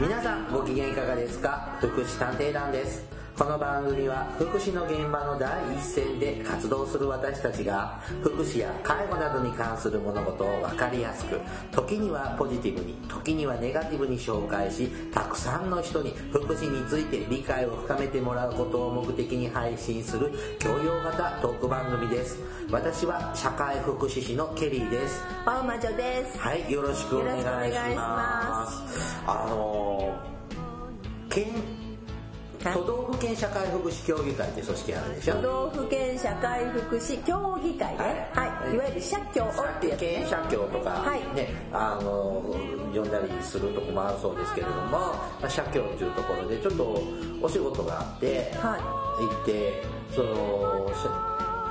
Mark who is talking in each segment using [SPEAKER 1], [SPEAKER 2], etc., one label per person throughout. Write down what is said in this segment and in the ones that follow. [SPEAKER 1] 皆さんご機嫌いかがですか福祉探偵団ですこの番組は福祉の現場の第一線で活動する私たちが福祉や介護などに関する物事を分かりやすく時にはポジティブに時にはネガティブに紹介したくさんの人に福祉について理解を深めてもらうことを目的に配信する教養型トーク番組です私は社会福祉士のケリーです
[SPEAKER 2] 青魔女です。
[SPEAKER 1] はい、よろしくお願いします。
[SPEAKER 2] よろしくお願いします
[SPEAKER 1] あのー県
[SPEAKER 2] はい
[SPEAKER 1] 都道府県社会福祉協議会って組織あるでしょ。
[SPEAKER 2] 都道府県社会福祉協議会ね。
[SPEAKER 1] はい
[SPEAKER 2] はい。いわゆる社協をってやつ
[SPEAKER 1] 県
[SPEAKER 2] ね。
[SPEAKER 1] 社協とか、
[SPEAKER 2] はい
[SPEAKER 1] ねあのー呼んだりするとこもあるそうですけれども、まあ社協っていうところでちょっとお仕事があって、
[SPEAKER 2] は
[SPEAKER 1] 行ってそのし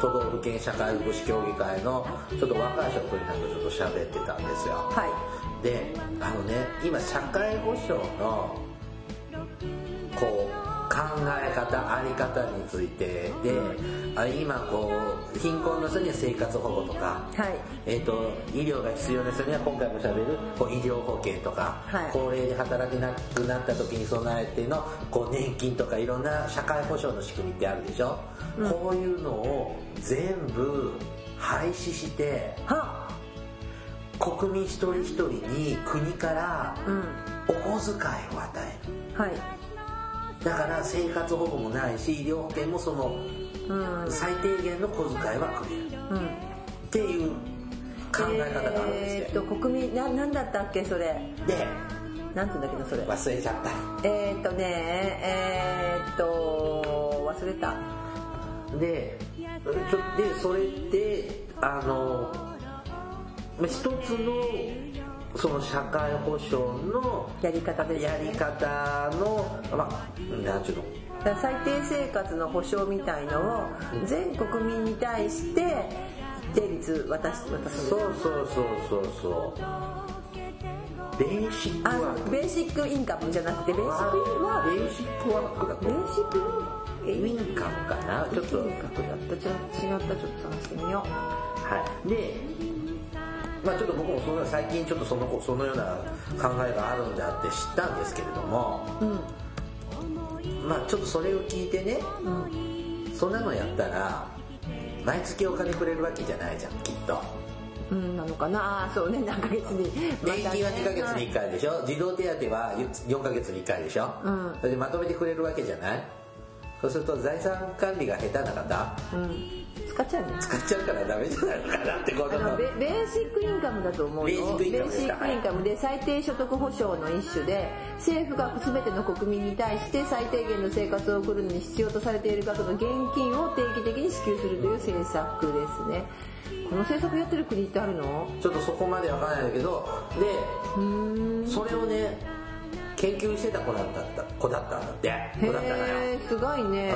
[SPEAKER 1] 都道府県社会福祉協議会のちょっと若い人とになんかちょっと喋ってたんですよ。
[SPEAKER 2] い。は
[SPEAKER 1] であのね今社会保障のこう考え方あり方についてであ今こう貧困の人には生活保護とか、
[SPEAKER 2] い。はい。
[SPEAKER 1] えー、と医療が必要な人には今回もしゃべるこう医療保険とか、
[SPEAKER 2] はい
[SPEAKER 1] 高齢で働けなくなった時に備えてのこう年金とかいろんな社会保障の仕組みってあるでしょ、
[SPEAKER 2] うん
[SPEAKER 1] こういうのを全部廃止して
[SPEAKER 2] は
[SPEAKER 1] 国民一人一人に国から
[SPEAKER 2] うん。
[SPEAKER 1] お小遣いを与える
[SPEAKER 2] はい。
[SPEAKER 1] だから生活保護もないし医療保険もその
[SPEAKER 2] うん。うん。
[SPEAKER 1] 最低限の小遣いはくれるっていう考え方があるんです
[SPEAKER 2] え
[SPEAKER 1] よ
[SPEAKER 2] ーっと、国民、な、なんだったっけ、それ。
[SPEAKER 1] で
[SPEAKER 2] なんて言うんだっけな、それ。
[SPEAKER 1] 忘れちゃっ
[SPEAKER 2] えーっとね、えーっと、忘れた。
[SPEAKER 1] たでちょでそれってあのまあ一つのその社会保障の
[SPEAKER 2] やり方です、ね。
[SPEAKER 1] やり方のまあなんちゅうの
[SPEAKER 2] だから最低生活の保障みたいのを全国民に対して一定率渡し渡す
[SPEAKER 1] そうそうそうそうそうベーシック
[SPEAKER 2] あ
[SPEAKER 1] ワーク
[SPEAKER 2] ベーシックインカムじゃなくてベーシックインは
[SPEAKER 1] ベーシックワークだ
[SPEAKER 2] ベーシック
[SPEAKER 1] ベーシックインカムかなちょっと
[SPEAKER 2] インカムだったちょ違ったちょっと探してみよう
[SPEAKER 1] はいでまあちょっと僕もそんな最近ちょっとその子そのような考えがあるんだって知ったんですけれども
[SPEAKER 2] うん
[SPEAKER 1] まあちょっとそれを聞いてね
[SPEAKER 2] うん
[SPEAKER 1] そんなのやったら毎月お金くれるわけじゃないじゃんきっと
[SPEAKER 2] うんなのかなあーそうね何ヶ月に
[SPEAKER 1] 年金は
[SPEAKER 2] ま
[SPEAKER 1] 2
[SPEAKER 2] た
[SPEAKER 1] ヶ月
[SPEAKER 2] ね
[SPEAKER 1] に1回でしょ児童手当は4ヶ月に1回でしょ、
[SPEAKER 2] うん
[SPEAKER 1] それでまとめてくれるわけじゃないそうすると財産管理が下手な方
[SPEAKER 2] うん使っちゃうね
[SPEAKER 1] 使っちゃうからダメじゃないのかなってこと
[SPEAKER 2] あの
[SPEAKER 1] の
[SPEAKER 2] ベベーシックインカムだと思うよ
[SPEAKER 1] ベーシックインカムで
[SPEAKER 2] ベー
[SPEAKER 1] す
[SPEAKER 2] シ
[SPEAKER 1] か
[SPEAKER 2] ックインカムで最低所得保障の一種で政府が全ての国民に対して最低限の生活を送るのに必要とされている方の現金を定期的に支給するという政策ですねこの政策やってる国ってあるの
[SPEAKER 1] ちょっとそこまでわからないんだけど
[SPEAKER 2] うーん
[SPEAKER 1] でそれをね研究してた子だった子だったんだって子だったのよ
[SPEAKER 2] へえすごいね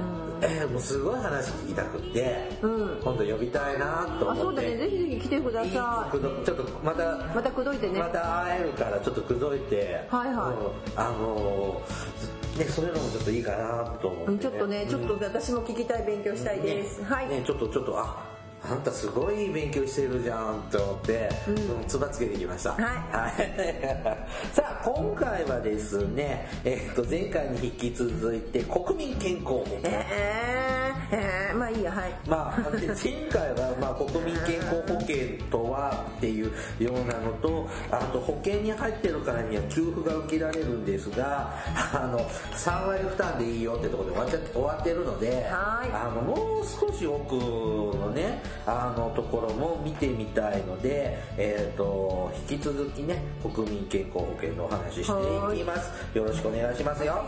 [SPEAKER 1] うんえーもうすごい話聞きたくって、
[SPEAKER 2] うん
[SPEAKER 1] 今度呼びたいなと思
[SPEAKER 2] あ
[SPEAKER 1] って
[SPEAKER 2] そうだねぜひぜひ来てくだ
[SPEAKER 1] いつ
[SPEAKER 2] さ
[SPEAKER 1] くどちょっとまた
[SPEAKER 2] いまた口説いてね
[SPEAKER 1] また会えるからちょっとくどいて、
[SPEAKER 2] はいはい
[SPEAKER 1] うんあのーね、そういうのもちょっといいかなと思って、
[SPEAKER 2] うんちょっとねちょっと
[SPEAKER 1] うん
[SPEAKER 2] 私も聞きたい勉強したいです、
[SPEAKER 1] ね
[SPEAKER 2] はい、
[SPEAKER 1] ね、ちょっとちょっとああんたすごい勉強してるじゃんって思って、うん、つばつけてきました。
[SPEAKER 2] はい
[SPEAKER 1] い さあ、今回はですね、えっと、前回に引き続いて、国民健康保険。
[SPEAKER 2] えー、えー、まあいいやはい
[SPEAKER 1] まあ、で前回は、まあ、国民健康保険とはっていうようなのと、あと保険に入ってるからには給付が受けられるんですが、あの、3割負担でいいよってところで終わっちゃって終わってるので、
[SPEAKER 2] はい
[SPEAKER 1] あの、もう少し奥のね、あの、ところも見てみたいので、えっ、と、引き続きね、国民健康保険のお話ししていきます。よろしくお願いしますよ。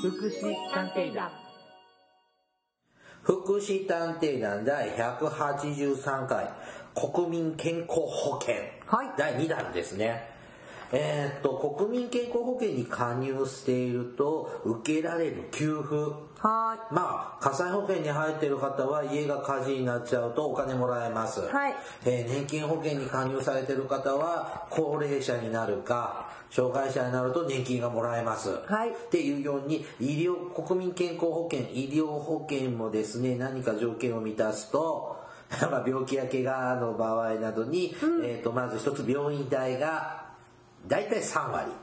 [SPEAKER 2] 福祉探偵団
[SPEAKER 1] 福祉探偵団第183回国民健康保険、
[SPEAKER 2] はい
[SPEAKER 1] 第2弾ですねえーっと国民健康保険に加入していると受けられる給付
[SPEAKER 2] は
[SPEAKER 1] まあ、火災保険に入っている方は家が火事になっちゃうとお金もらえます。
[SPEAKER 2] はい
[SPEAKER 1] えー年金保険に加入されている方は高齢者になるか、障害者になると年金がもらえます。
[SPEAKER 2] はい
[SPEAKER 1] っていうように、医療、国民健康保険、医療保険もですね、何か条件を満たすと、 まあ、病気や怪我の場合などに、えっ、と、まず一つ病院代が、だいたい3割。
[SPEAKER 2] い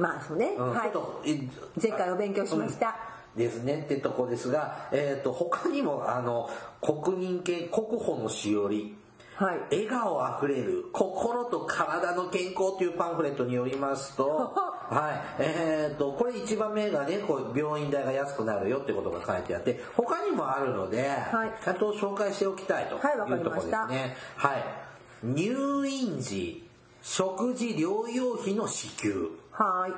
[SPEAKER 2] まあそうね、
[SPEAKER 1] うん
[SPEAKER 2] はい
[SPEAKER 1] ちょっとえ
[SPEAKER 2] 前回お勉強しました
[SPEAKER 1] うんですねってとこですが、えー、と他にもあの国民系国保のしおり
[SPEAKER 2] はい
[SPEAKER 1] 笑顔あふれる心と体の健康というパンフレットによりますと、 はい、えっ、と、これ1番目がね、こう病院代が安くなるよってことが書いてあって、他にもあるので、
[SPEAKER 2] はい
[SPEAKER 1] ちゃんと紹介しておきたいとい
[SPEAKER 2] はいわかり
[SPEAKER 1] うとこ
[SPEAKER 2] ま
[SPEAKER 1] ろ
[SPEAKER 2] し
[SPEAKER 1] で
[SPEAKER 2] た
[SPEAKER 1] すね。はい。入院時、食事療養費の支給。
[SPEAKER 2] はい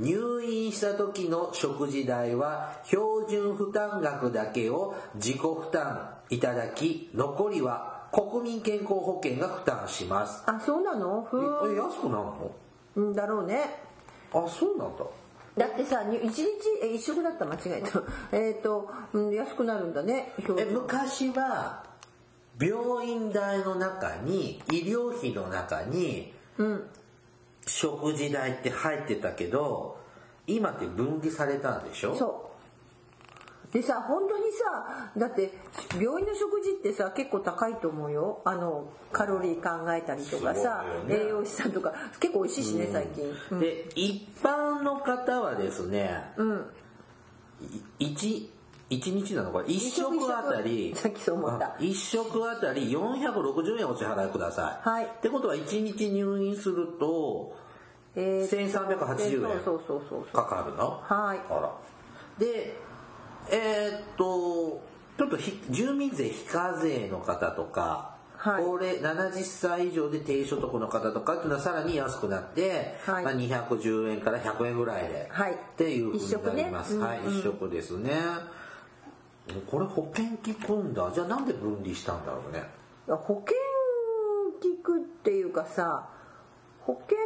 [SPEAKER 1] 入院した時の食事代は標準負担額だけを自己負担いただき残りは国民健康保険が負担します
[SPEAKER 2] あそうなのふ
[SPEAKER 1] え
[SPEAKER 2] ー
[SPEAKER 1] え
[SPEAKER 2] ん
[SPEAKER 1] 安くなるの
[SPEAKER 2] うんだろうね
[SPEAKER 1] あそうなんだ
[SPEAKER 2] だってさに一日え一食だった間違えた えっと、うん、安くなるんだね
[SPEAKER 1] え昔は病院代の中に医療費の中に
[SPEAKER 2] うん
[SPEAKER 1] 食事代って入ってたけど今って分離されたんでしょ
[SPEAKER 2] そうでさ本当にさだって病院の食事ってさ結構高いと思うよあのカロリー考えたりとかさ、
[SPEAKER 1] すごいよね
[SPEAKER 2] 栄養士さんとか結構美味しいしね最近うん
[SPEAKER 1] で一般の方はですね、
[SPEAKER 2] うん
[SPEAKER 1] 一一日なのか一食あたり
[SPEAKER 2] 一食一食さっきそう思った
[SPEAKER 1] うん一食あたり460円お支払いください、
[SPEAKER 2] はい
[SPEAKER 1] ってことは一日入院すると
[SPEAKER 2] えー
[SPEAKER 1] 1380円
[SPEAKER 2] そうそうそうそう
[SPEAKER 1] かかるの
[SPEAKER 2] はい
[SPEAKER 1] あらでえーっとちょっとひ住民税非課税の方とか、
[SPEAKER 2] はい
[SPEAKER 1] 高齢70歳以上で低所得の方とかっていうのはさらに安くなって、
[SPEAKER 2] はい
[SPEAKER 1] まあ、210円から100円ぐらいで、
[SPEAKER 2] はい
[SPEAKER 1] っていうふうになります、
[SPEAKER 2] 一食ね
[SPEAKER 1] はい
[SPEAKER 2] うんうん
[SPEAKER 1] 一食ですねこれ保険聞くんだじゃあなんで分離したんだろうね
[SPEAKER 2] いや保険聞くっていうかさ保険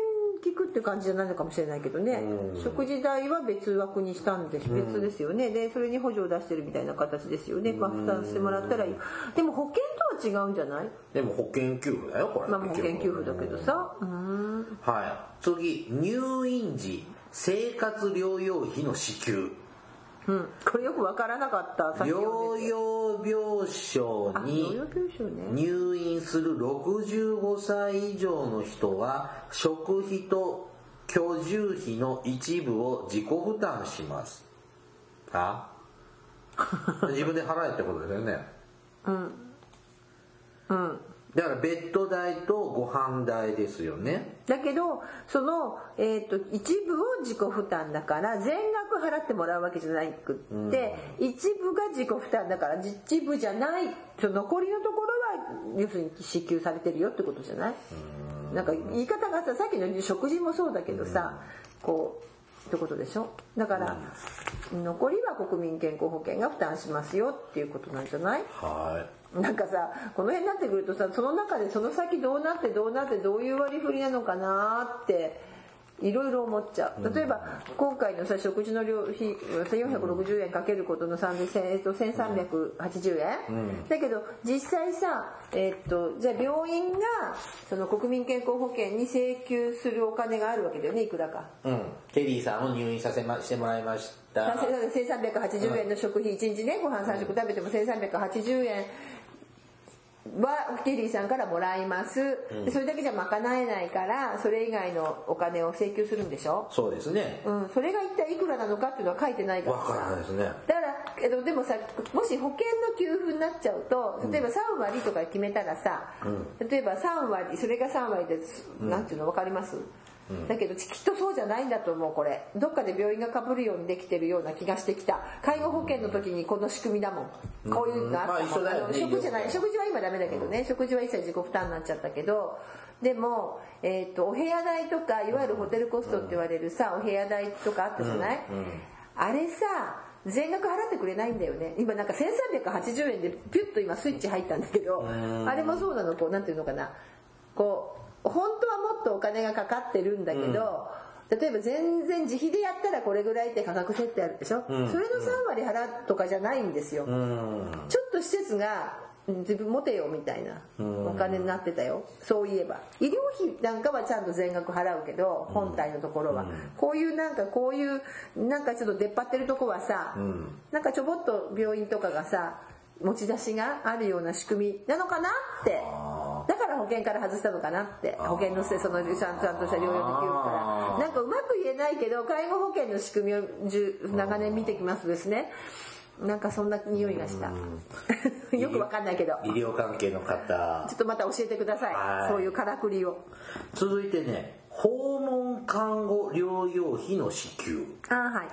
[SPEAKER 2] 聞くって感じじゃないのかもしれないけどね
[SPEAKER 1] うん
[SPEAKER 2] 食事代は別枠にしたんです別ですよねでそれに補助を出してるみたいな形ですよねまあ負担してもらったらいいでも保険とは違うんじゃない
[SPEAKER 1] でも保険給付だよこれ、
[SPEAKER 2] まあ保険給付だけどさうーん
[SPEAKER 1] はい次入院時生活療養費の支給
[SPEAKER 2] うんこれよくわからなかった先
[SPEAKER 1] 療
[SPEAKER 2] ほどね
[SPEAKER 1] 養病床
[SPEAKER 2] あ療
[SPEAKER 1] に
[SPEAKER 2] 養病床ね
[SPEAKER 1] 入院する65歳以上の人は食費と居住費の一部を自己負担しますあ 自分で払えってことですよね
[SPEAKER 2] うん
[SPEAKER 1] だからベッド代とご飯代ですよね
[SPEAKER 2] だけどその、えー、と一部を自己負担だから全額払ってもらうわけじゃなくって、一部が自己負担だから一部じゃないその残りのところは要するに支給されてるよってことじゃないなんか言い方がささっきの食事もそうだけどさこうってことでしょだから残りは国民健康保険が負担しますよっていうことなんじゃない
[SPEAKER 1] は
[SPEAKER 2] なんかさこの辺になってくるとさその中でその先どうなってどうなってどういう割り振りなのかなっていろいろ思っちゃう例えば今回のさ食事の料費460円かけることの3000えっと1380円、だけど実際さ、えっとじゃあ病院がその国民健康保険に請求するお金があるわけだよねいくらか。
[SPEAKER 1] い、うん、ケリーさんを入院させましてもらいました
[SPEAKER 2] 1380円の食費1日ねご飯3食食べても1380円はケリーさんからもらいます、でそれだけじゃ賄えないからそれ以外のお金を請求するんでしょ、
[SPEAKER 1] そうですね
[SPEAKER 2] うん、それが一体いくらなのかっていうのは書いてないから
[SPEAKER 1] わ
[SPEAKER 2] さ
[SPEAKER 1] からないですね
[SPEAKER 2] だからけどでもさもし保険の給付になっちゃうと例えば3割とか決めたらさ、例えば3割それが3割です、なんていうの分かります、だけどきっとそうじゃないんだと思うこれどっかで病院がかぶるようにできてるような気がしてきた介護保険の時にこの仕組みだもん、こういうのあったもん、
[SPEAKER 1] まあ一緒だよね
[SPEAKER 2] の食じゃな
[SPEAKER 1] 医療保
[SPEAKER 2] い
[SPEAKER 1] 険
[SPEAKER 2] 食事は今ダメだけどね、食事は一切自己負担になっちゃったけどでも、えー、とお部屋代とかいわゆるホテルコストって言われるさ、お部屋代とかあったじゃない、あれさ全額払ってくれないんだよね今なんか1380円でピュッと今スイッチ入ったんだけど、あれもそうなのこうなんていうのかなこう本当はもっとお金がかかってるんだけど、例えば全然自費でやったらこれぐらいって価格設定あるでしょ、
[SPEAKER 1] うん
[SPEAKER 2] それの3割払うとかじゃないんですよ、
[SPEAKER 1] うん
[SPEAKER 2] ちょっと施設がうん自分持てよみたいな
[SPEAKER 1] うん
[SPEAKER 2] お金になってたよそういえば医療費なんかはちゃんと全額払うけど本体のところはこういうなんかこういうなんかちょっと出っ張ってるとこはさ
[SPEAKER 1] ん
[SPEAKER 2] なんかちょぼっと病院とかがさ持ち出しがあるような仕組みなのかなって
[SPEAKER 1] あ
[SPEAKER 2] だから保険から外したのかなって保険のせいそのちゃんちゃんとした療養できるか
[SPEAKER 1] あー
[SPEAKER 2] らなんかうまく言えないけど介護保険の仕組みをじゅ長年見てきますとですねなんかそんな匂いがした よくわかんないけど
[SPEAKER 1] 医療関係の方
[SPEAKER 2] ちょっとまた教えてくださ
[SPEAKER 1] はいい
[SPEAKER 2] そういうからくりを
[SPEAKER 1] 続いてね訪問看護療養費の支給
[SPEAKER 2] あーはい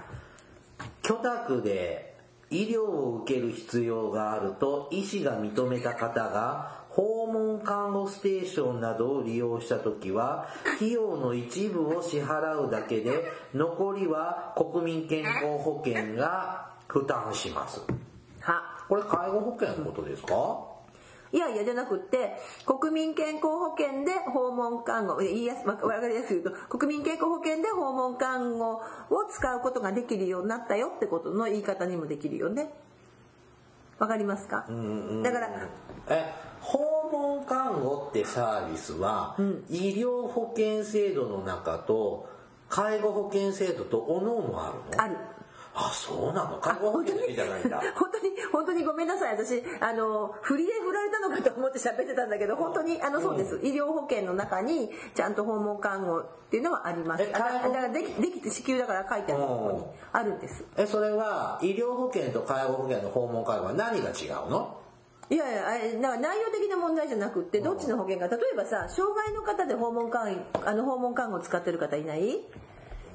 [SPEAKER 1] 居宅で医療を受ける必要があると医師が認めた方が訪問看護ステーションなどを利用した時は費用の一部を支払うだけで残りは国民健康保険が負担します
[SPEAKER 2] は
[SPEAKER 1] これ介護保険のことですか
[SPEAKER 2] いやいやじゃなくって国民健康保険で訪問看護言いやすわわかりやすく言うと国民健康保険で訪問看護を使うことができるようになったよってことの言い方にもできるよねわかりますか、だから
[SPEAKER 1] え訪問看護ってサービスは、医療保険制度の中と介護保険制度とおのおのあるの
[SPEAKER 2] ある
[SPEAKER 1] あそうなの介護保険だけじゃないんだ
[SPEAKER 2] 本当に本当にごめんなさい私あの振りで振られたのかと思って喋ってたんだけど本当にあのそうです、医療保険の中にちゃんと訪問看護っていうのはあります
[SPEAKER 1] え
[SPEAKER 2] あだ
[SPEAKER 1] 介護
[SPEAKER 2] だからできできて支給だから書いてあるところに
[SPEAKER 1] うん
[SPEAKER 2] あるんです
[SPEAKER 1] えそれは医療保険と介護保険の訪問介護は何が違うの
[SPEAKER 2] いやいやあれだから内容的な問題じゃなくってどっちの保険か例えばさ障害の方で訪問看あの訪問看護を使ってる方いない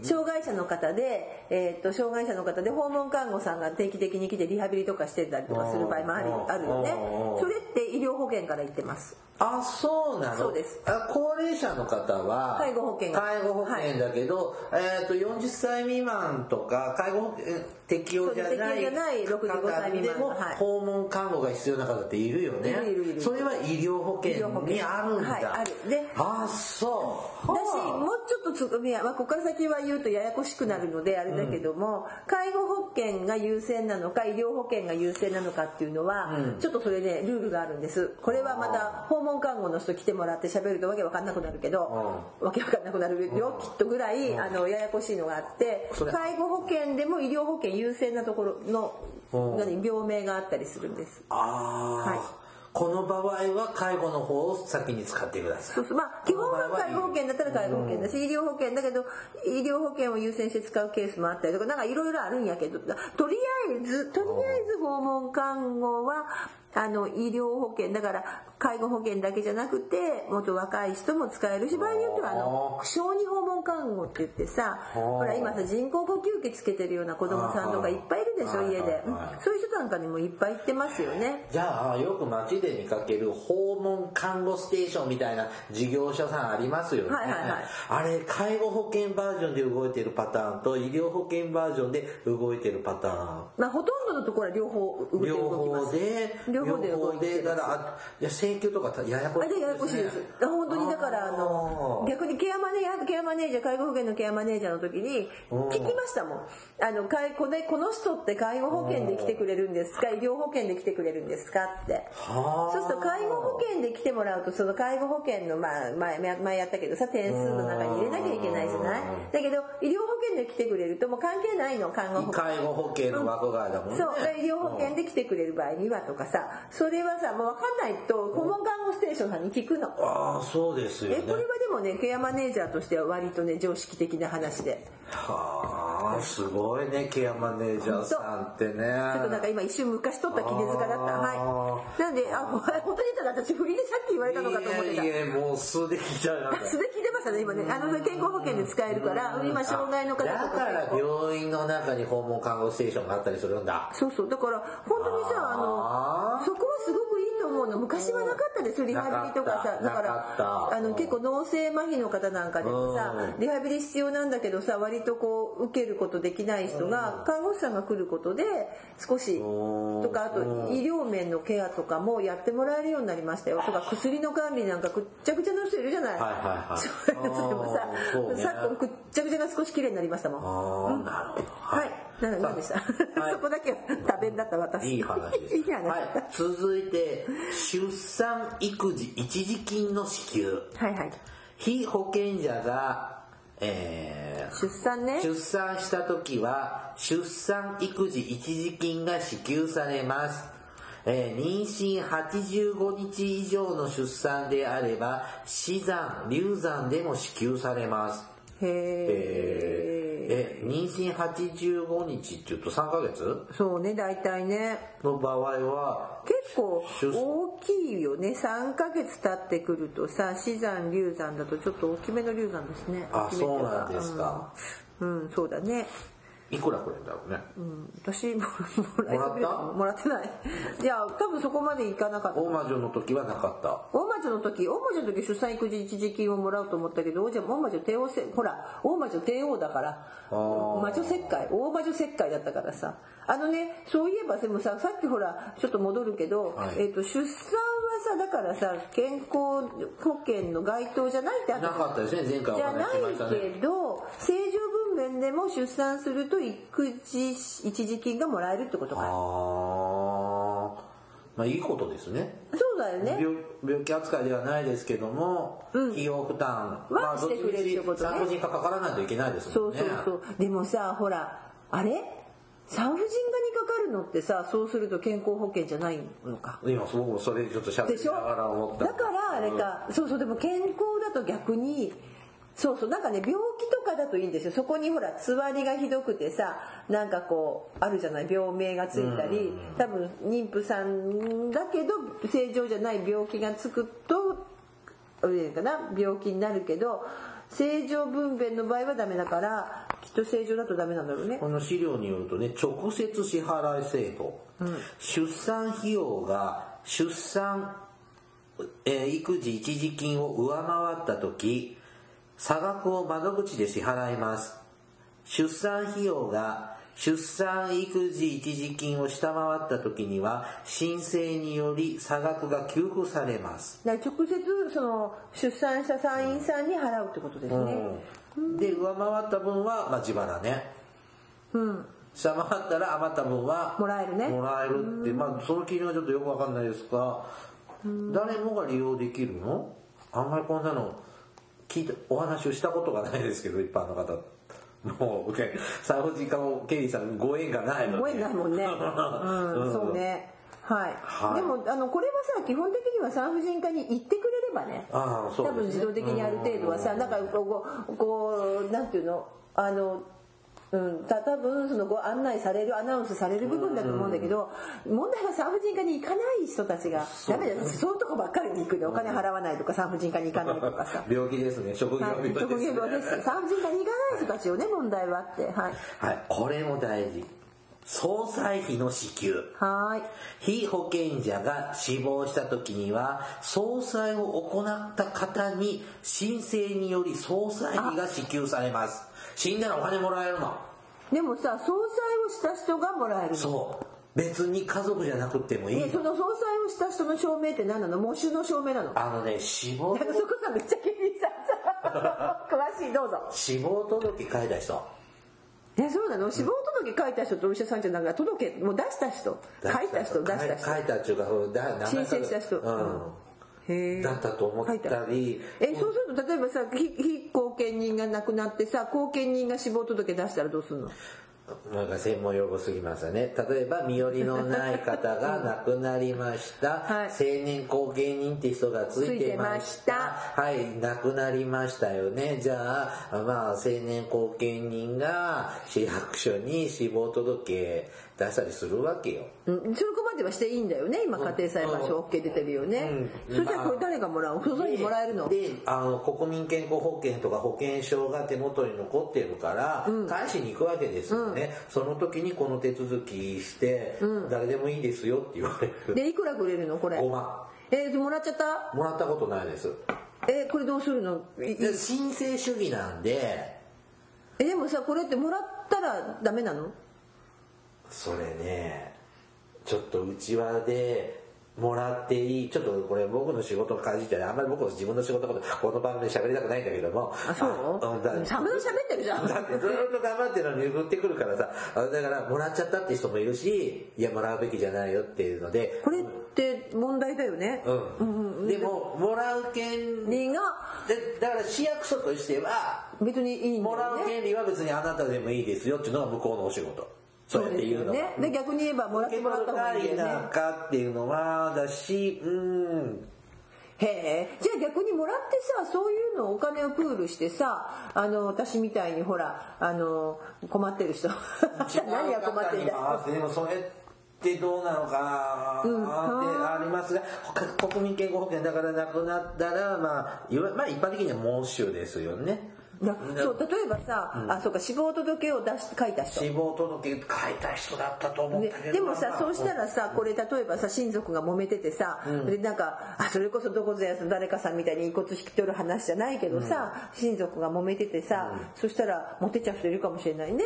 [SPEAKER 2] 障害者の方で、えーっと障害者の方で訪問看護さんが定期的に来てリハビリとかしてたりとかする場合もあり
[SPEAKER 1] うん
[SPEAKER 2] あるよね
[SPEAKER 1] うん
[SPEAKER 2] それって医療保険から言ってます
[SPEAKER 1] あそうなの
[SPEAKER 2] そうです
[SPEAKER 1] あ高齢者の方は
[SPEAKER 2] 介護保険が
[SPEAKER 1] 介護保険だけど、えー、と40歳未満とか介護保険適用じゃない
[SPEAKER 2] そう適用じゃない65歳未
[SPEAKER 1] 方で
[SPEAKER 2] 満
[SPEAKER 1] も
[SPEAKER 2] はい
[SPEAKER 1] 訪問看護が必要な方っているよね
[SPEAKER 2] いるいるいる
[SPEAKER 1] それは医療保
[SPEAKER 2] 医療保
[SPEAKER 1] 険
[SPEAKER 2] 険
[SPEAKER 1] にあるんだ、
[SPEAKER 2] はいあるで
[SPEAKER 1] あそう
[SPEAKER 2] だしもうちょっとつくみや、まあ、ここから先は言うとややこしくなるのであれだけども、介護保険が優先なのか医療保険が優先なのかっていうのは、
[SPEAKER 1] うん
[SPEAKER 2] ちょっとそれで、ルールがあるんですこれはまた訪問看護の人来てもらって喋るとわけわかんなくなるけど、わけわかんなくなるよ、きっとぐらい、あのややこしいのがあって
[SPEAKER 1] それ
[SPEAKER 2] 介護保険でも医療保険優先なところの、
[SPEAKER 1] うん
[SPEAKER 2] 何病名があったりするんです。
[SPEAKER 1] ああ、
[SPEAKER 2] はい
[SPEAKER 1] この場合は介護の方を先に使ってください
[SPEAKER 2] そうそうまあ基本は介護保険だったら介護保険だし、医療保険だけど医療保険を優先して使うケースもあったりとかなんかいろいろあるんやけどだとりあえずとりあえず訪問看護はあの医療保険だから介護保険だけじゃなくてもっと若い人も使えるし場合によってはあの
[SPEAKER 1] あー
[SPEAKER 2] 小児訪問看護って言ってさ
[SPEAKER 1] あー
[SPEAKER 2] ほら今さ人工呼吸器つけてるような子供さんとかいっぱいいるでし
[SPEAKER 1] あ
[SPEAKER 2] ょ
[SPEAKER 1] ー
[SPEAKER 2] 家で、
[SPEAKER 1] はいはい
[SPEAKER 2] そういう人なんかにもいっぱい行ってますよね。
[SPEAKER 1] じゃあよく街で見かける訪問看護ステーションみたいな事業所さんありますよね、
[SPEAKER 2] はいはいはい
[SPEAKER 1] あれ介護保険バージョンで動いてるパターンと医療保険バージョンで動いてるパターン
[SPEAKER 2] まあ、ほとんどのところは両方動いて
[SPEAKER 1] 両
[SPEAKER 2] 動きます
[SPEAKER 1] 方で
[SPEAKER 2] 両方で動い
[SPEAKER 1] 両方
[SPEAKER 2] てます
[SPEAKER 1] でだからあいや請求とかややこ
[SPEAKER 2] あ
[SPEAKER 1] しい
[SPEAKER 2] れややこしいです。あ本当にだからあの
[SPEAKER 1] あー
[SPEAKER 2] 逆にケアマネーケアマネージャー介護保険のケアマネージャーの時に
[SPEAKER 1] うん
[SPEAKER 2] 聞きましたもん。あの介これこの人って介護保険で来てくれるんですか医療保険で来てくれるんですかって。
[SPEAKER 1] はあ
[SPEAKER 2] そうすると介護保険で来てもらうとその介護保険のまあ前前前やったけどさ点数の中に入れなきゃいけないじゃない
[SPEAKER 1] うん
[SPEAKER 2] だけど医療保険で来てくれるともう関係ないの看護保険
[SPEAKER 1] 介護保険の枠外だもんね、
[SPEAKER 2] そう医療保険で来てくれる場合にはとかさそれはさもう分かんないと顧問看護ステーションさんに聞くの
[SPEAKER 1] ああそうですよね
[SPEAKER 2] えこれはでもねケアマネージャーとしては割とね常識的な話で
[SPEAKER 1] はあすごいねケアマネージャーさんってね
[SPEAKER 2] ちょっとなんか今一瞬昔取った絹塚だった
[SPEAKER 1] あー
[SPEAKER 2] はいなんであほ本当に言ったら私振りでさっき言われたのかと思ってた
[SPEAKER 1] いやいやもう素できちゃう
[SPEAKER 2] あすべき出ましたね今ねあの健康保険で使えるから今障害の方と
[SPEAKER 1] だから
[SPEAKER 2] か
[SPEAKER 1] 病院の中に訪問看護ステーションがあったりするんだ
[SPEAKER 2] そうそうだから本当にさあの
[SPEAKER 1] あー
[SPEAKER 2] そこはすごくいいとと思うの昔はなかったですよリハビリとかさ
[SPEAKER 1] なかったな
[SPEAKER 2] だか
[SPEAKER 1] かっ
[SPEAKER 2] ら
[SPEAKER 1] た
[SPEAKER 2] あの結構脳性麻痺の方なんかでもさ
[SPEAKER 1] うん
[SPEAKER 2] リハビリ必要なんだけどさ割とこう受けることできない人が看護師さんが来ることで少し
[SPEAKER 1] うん
[SPEAKER 2] とかあと
[SPEAKER 1] うん
[SPEAKER 2] 医療面のケアとかもやってもらえるようになりましたよとか薬の管理なんかぐっちゃぐちゃの人いるじゃな
[SPEAKER 1] は
[SPEAKER 2] い、
[SPEAKER 1] いはいはい
[SPEAKER 2] そういう のでもさ
[SPEAKER 1] あーそうね
[SPEAKER 2] 昨今ぐっちゃぐちゃが少し綺麗になりましたもん
[SPEAKER 1] あ
[SPEAKER 2] は
[SPEAKER 1] ーなるほど
[SPEAKER 2] い何、なんでした、
[SPEAKER 1] はい
[SPEAKER 2] そこだけは多弁だった私
[SPEAKER 1] いい話です。
[SPEAKER 2] いい話
[SPEAKER 1] はい、続いて、出産育児一時金の支給。
[SPEAKER 2] はいはい
[SPEAKER 1] 非保険者が、えー
[SPEAKER 2] 出産ね
[SPEAKER 1] 出産した時は、出産育児一時金が支給されます。えー妊娠85日以上の出産であれば、死産、流産でも支給されます。え
[SPEAKER 2] へえ
[SPEAKER 1] ーえ、妊娠85日っていうと3ヶ月
[SPEAKER 2] そうね大体ね
[SPEAKER 1] の場合は、
[SPEAKER 2] 結構
[SPEAKER 1] 出
[SPEAKER 2] 大きいよね3ヶ月経ってくるとさ死産流産だとちょっと大きめの流産ですね
[SPEAKER 1] あ
[SPEAKER 2] 大きめっていか
[SPEAKER 1] そうなんですか
[SPEAKER 2] うん、うんそうだね
[SPEAKER 1] いくらくれるんだろうね。
[SPEAKER 2] うん私も もら
[SPEAKER 1] もらった
[SPEAKER 2] もらってないいや多分そこまでいかなかった
[SPEAKER 1] 大魔女の時はなかった。
[SPEAKER 2] 大魔女の時大魔女の時出産育児一時金をもらおうと思ったけど大魔女帝王せほら大魔女帝王だから
[SPEAKER 1] あー
[SPEAKER 2] 魔女切開大魔女切開だったからさあのねそういえばでもささっきほらちょっと戻るけど、
[SPEAKER 1] はい
[SPEAKER 2] えっと出産はさだからさ健康保険の該当じゃないってあった
[SPEAKER 1] なかったですね、前回お
[SPEAKER 2] じゃ
[SPEAKER 1] 話
[SPEAKER 2] な
[SPEAKER 1] し
[SPEAKER 2] い
[SPEAKER 1] しましたね。
[SPEAKER 2] けど正常分娩でも出産すると育児一時金がもらえるってこと
[SPEAKER 1] あ
[SPEAKER 2] か
[SPEAKER 1] ーまあいいことですね
[SPEAKER 2] そうだよね
[SPEAKER 1] 病。病気扱いではないですけども、費用負担
[SPEAKER 2] は
[SPEAKER 1] まあどっちみ
[SPEAKER 2] してくれるって
[SPEAKER 1] ち
[SPEAKER 2] ことね
[SPEAKER 1] 産婦人科かからないといけないです
[SPEAKER 2] そ
[SPEAKER 1] もん
[SPEAKER 2] う
[SPEAKER 1] ね。
[SPEAKER 2] そうそうでもさほらあれ産婦人科にかかるのってさそうすると健康保険じゃないのか
[SPEAKER 1] 今僕もそれちょっとしゃべ
[SPEAKER 2] で
[SPEAKER 1] り
[SPEAKER 2] しょ
[SPEAKER 1] ながら思った。
[SPEAKER 2] だからあれか、そうそうでも健康だと逆にそうそうなんかね病気とかだといいんですよそこにほらつわりがひどくてさなんかこうあるじゃない病名がついたり多分妊婦さんだけど正常じゃない病気がつくとどういうのかな病気になるけど正常分娩の場合はダメだからきっと正常だとダメなんだろうね
[SPEAKER 1] この資料によるとね直接支払い制度、出産費用が出産、えー育児一時金を上回った時差額を窓口で支払います出産費用が出産育児一時金を下回った時には申請により差額が給付されます
[SPEAKER 2] だから直接その出産した産院さんに払うってことですね、
[SPEAKER 1] うん、で上回った分は、まあ、自腹ね
[SPEAKER 2] うん
[SPEAKER 1] 下回ったら余った分は
[SPEAKER 2] もらえるね
[SPEAKER 1] もらえるってまあその基準はちょっとよくわかんないですが誰もが利用できるのあんまりこんなの聞いたお話をしたことがないですけど一般の方もう受け産婦人科も経理さんご縁がないので
[SPEAKER 2] ご縁ないもん ね。
[SPEAKER 1] う
[SPEAKER 2] うんん、そうね。はい。
[SPEAKER 1] はい
[SPEAKER 2] でも、あの、これはさ、基本的には産婦人科に行ってくれればね。
[SPEAKER 1] ああそう
[SPEAKER 2] 多
[SPEAKER 1] ですね
[SPEAKER 2] 分自動的にある程度はさ、なんか、こう、こう、なんていうの、あの。うん、た多分そのご案内されるアナウンスされる部分だと思うんだけど問題は産婦人科に行かない人たちが
[SPEAKER 1] そう
[SPEAKER 2] ダメだよそういうとこばっかりに行くでお金払わないとか産婦人科に行かないと かさ
[SPEAKER 1] 病気ですね職業
[SPEAKER 2] は
[SPEAKER 1] 病で
[SPEAKER 2] い
[SPEAKER 1] す
[SPEAKER 2] 職
[SPEAKER 1] ね
[SPEAKER 2] 業病です産婦人科に行かない人たちよね問題はあってはい
[SPEAKER 1] はいこれも大事総裁費の支給
[SPEAKER 2] はーい
[SPEAKER 1] 被保険者が死亡した時には、葬祭を行った方に申請により葬祭費が支給されます。死んだらお金もらえるの。
[SPEAKER 2] でもさ総裁をした人がもらえるの
[SPEAKER 1] そう。別に家族じゃなくてもいい
[SPEAKER 2] ねそ
[SPEAKER 1] の。
[SPEAKER 2] の総裁をした人の証明って何なの喪主の証明なの
[SPEAKER 1] あのね、死亡
[SPEAKER 2] なん、かそこさめっちゃ気にささ詳しいど う ぞ
[SPEAKER 1] 死亡届書いた人。
[SPEAKER 2] えそうなの死亡届書いた人とお医者さんじゃなくて届けもう出した人書いた人出した人
[SPEAKER 1] 書いたっていうか、そうだ名前書い
[SPEAKER 2] 申請した人
[SPEAKER 1] う
[SPEAKER 2] へ
[SPEAKER 1] ん。
[SPEAKER 2] え
[SPEAKER 1] だったと思っ
[SPEAKER 2] 書い
[SPEAKER 1] たり、
[SPEAKER 2] えそうすると例えばさ非非後見人が亡くなってさ後見人が死亡届出したらどうするの
[SPEAKER 1] なんか専門用語すぎましたね。例えば、身寄りのない方が亡くなりました。
[SPEAKER 2] はい
[SPEAKER 1] 青年後見人って人がついてました。はい、亡くなりましたよね。じゃあ、まあ、青年後見人が市役所に死亡届出したりするわけよ。
[SPEAKER 2] うん、そこままではしていいんだよね今家庭裁判所 OK 出てるよね、
[SPEAKER 1] うん
[SPEAKER 2] そしたらこれ誰がもらう外にもらえるの
[SPEAKER 1] であの国民健康保険とか保険証が手元に残ってるから、返しに行くわけですよね、その時にこの手続きして、誰でもいいですよって言われる
[SPEAKER 2] でいくらくれるのこれ
[SPEAKER 1] 5万
[SPEAKER 2] えーもらっちゃった
[SPEAKER 1] もらったことないです
[SPEAKER 2] えーこれどうするのいい
[SPEAKER 1] で申請主義なんで
[SPEAKER 2] えでもさこれってもらったらダメなの
[SPEAKER 1] それねちょっとうちわでもらっていいちょっとこれ僕の仕事の感じじゃないあんまり僕の自分の仕事のことこの番組で喋りたくないんだけども
[SPEAKER 2] あそう
[SPEAKER 1] あうんだ
[SPEAKER 2] サムネ喋ってるじゃん
[SPEAKER 1] だってずーっと頑張ってるのに送ってくるからさあだからもらっちゃったって人もいるしいやもらうべきじゃないよっていうので
[SPEAKER 2] これって問題だよね、
[SPEAKER 1] うん、でももらう権利
[SPEAKER 2] にが
[SPEAKER 1] でだから市役所としては
[SPEAKER 2] 別にいいんだ
[SPEAKER 1] もら
[SPEAKER 2] よ
[SPEAKER 1] う
[SPEAKER 2] ね
[SPEAKER 1] 権利は別にあなたでもいいですよっていうのが向こうのお仕事そうやって言うの
[SPEAKER 2] で
[SPEAKER 1] は
[SPEAKER 2] すよねで逆に言えばもらっ
[SPEAKER 1] 受
[SPEAKER 2] て
[SPEAKER 1] け
[SPEAKER 2] もら
[SPEAKER 1] 取
[SPEAKER 2] った
[SPEAKER 1] る
[SPEAKER 2] 方が
[SPEAKER 1] か
[SPEAKER 2] いい
[SPEAKER 1] 否
[SPEAKER 2] よね
[SPEAKER 1] かっていうのはだしうん
[SPEAKER 2] へえじゃあ逆にもらってさそういうのをお金をプールしてさあの私みたいにほらあの困ってる人何が困ってんだ
[SPEAKER 1] 違う方に回すでもそれってどうなのかなってありますが、国民健康保険だからなくなったら、まあ、いわまあ一般的には猛襲ですよね。
[SPEAKER 2] なそう例えばさ、あそうか死亡届を出し書いた人
[SPEAKER 1] 死亡届書いた人だったと思うん
[SPEAKER 2] ね
[SPEAKER 1] だけど、
[SPEAKER 2] でもさ
[SPEAKER 1] まあ
[SPEAKER 2] そうしたらさこれ例えばさ親族が揉めててさ、でなんかあそれこそどこぞやの誰かさんみたいに遺骨引き取る話じゃないけどさ、親族が揉めててさ、そしたらモテちゃう人いるかもしれないね、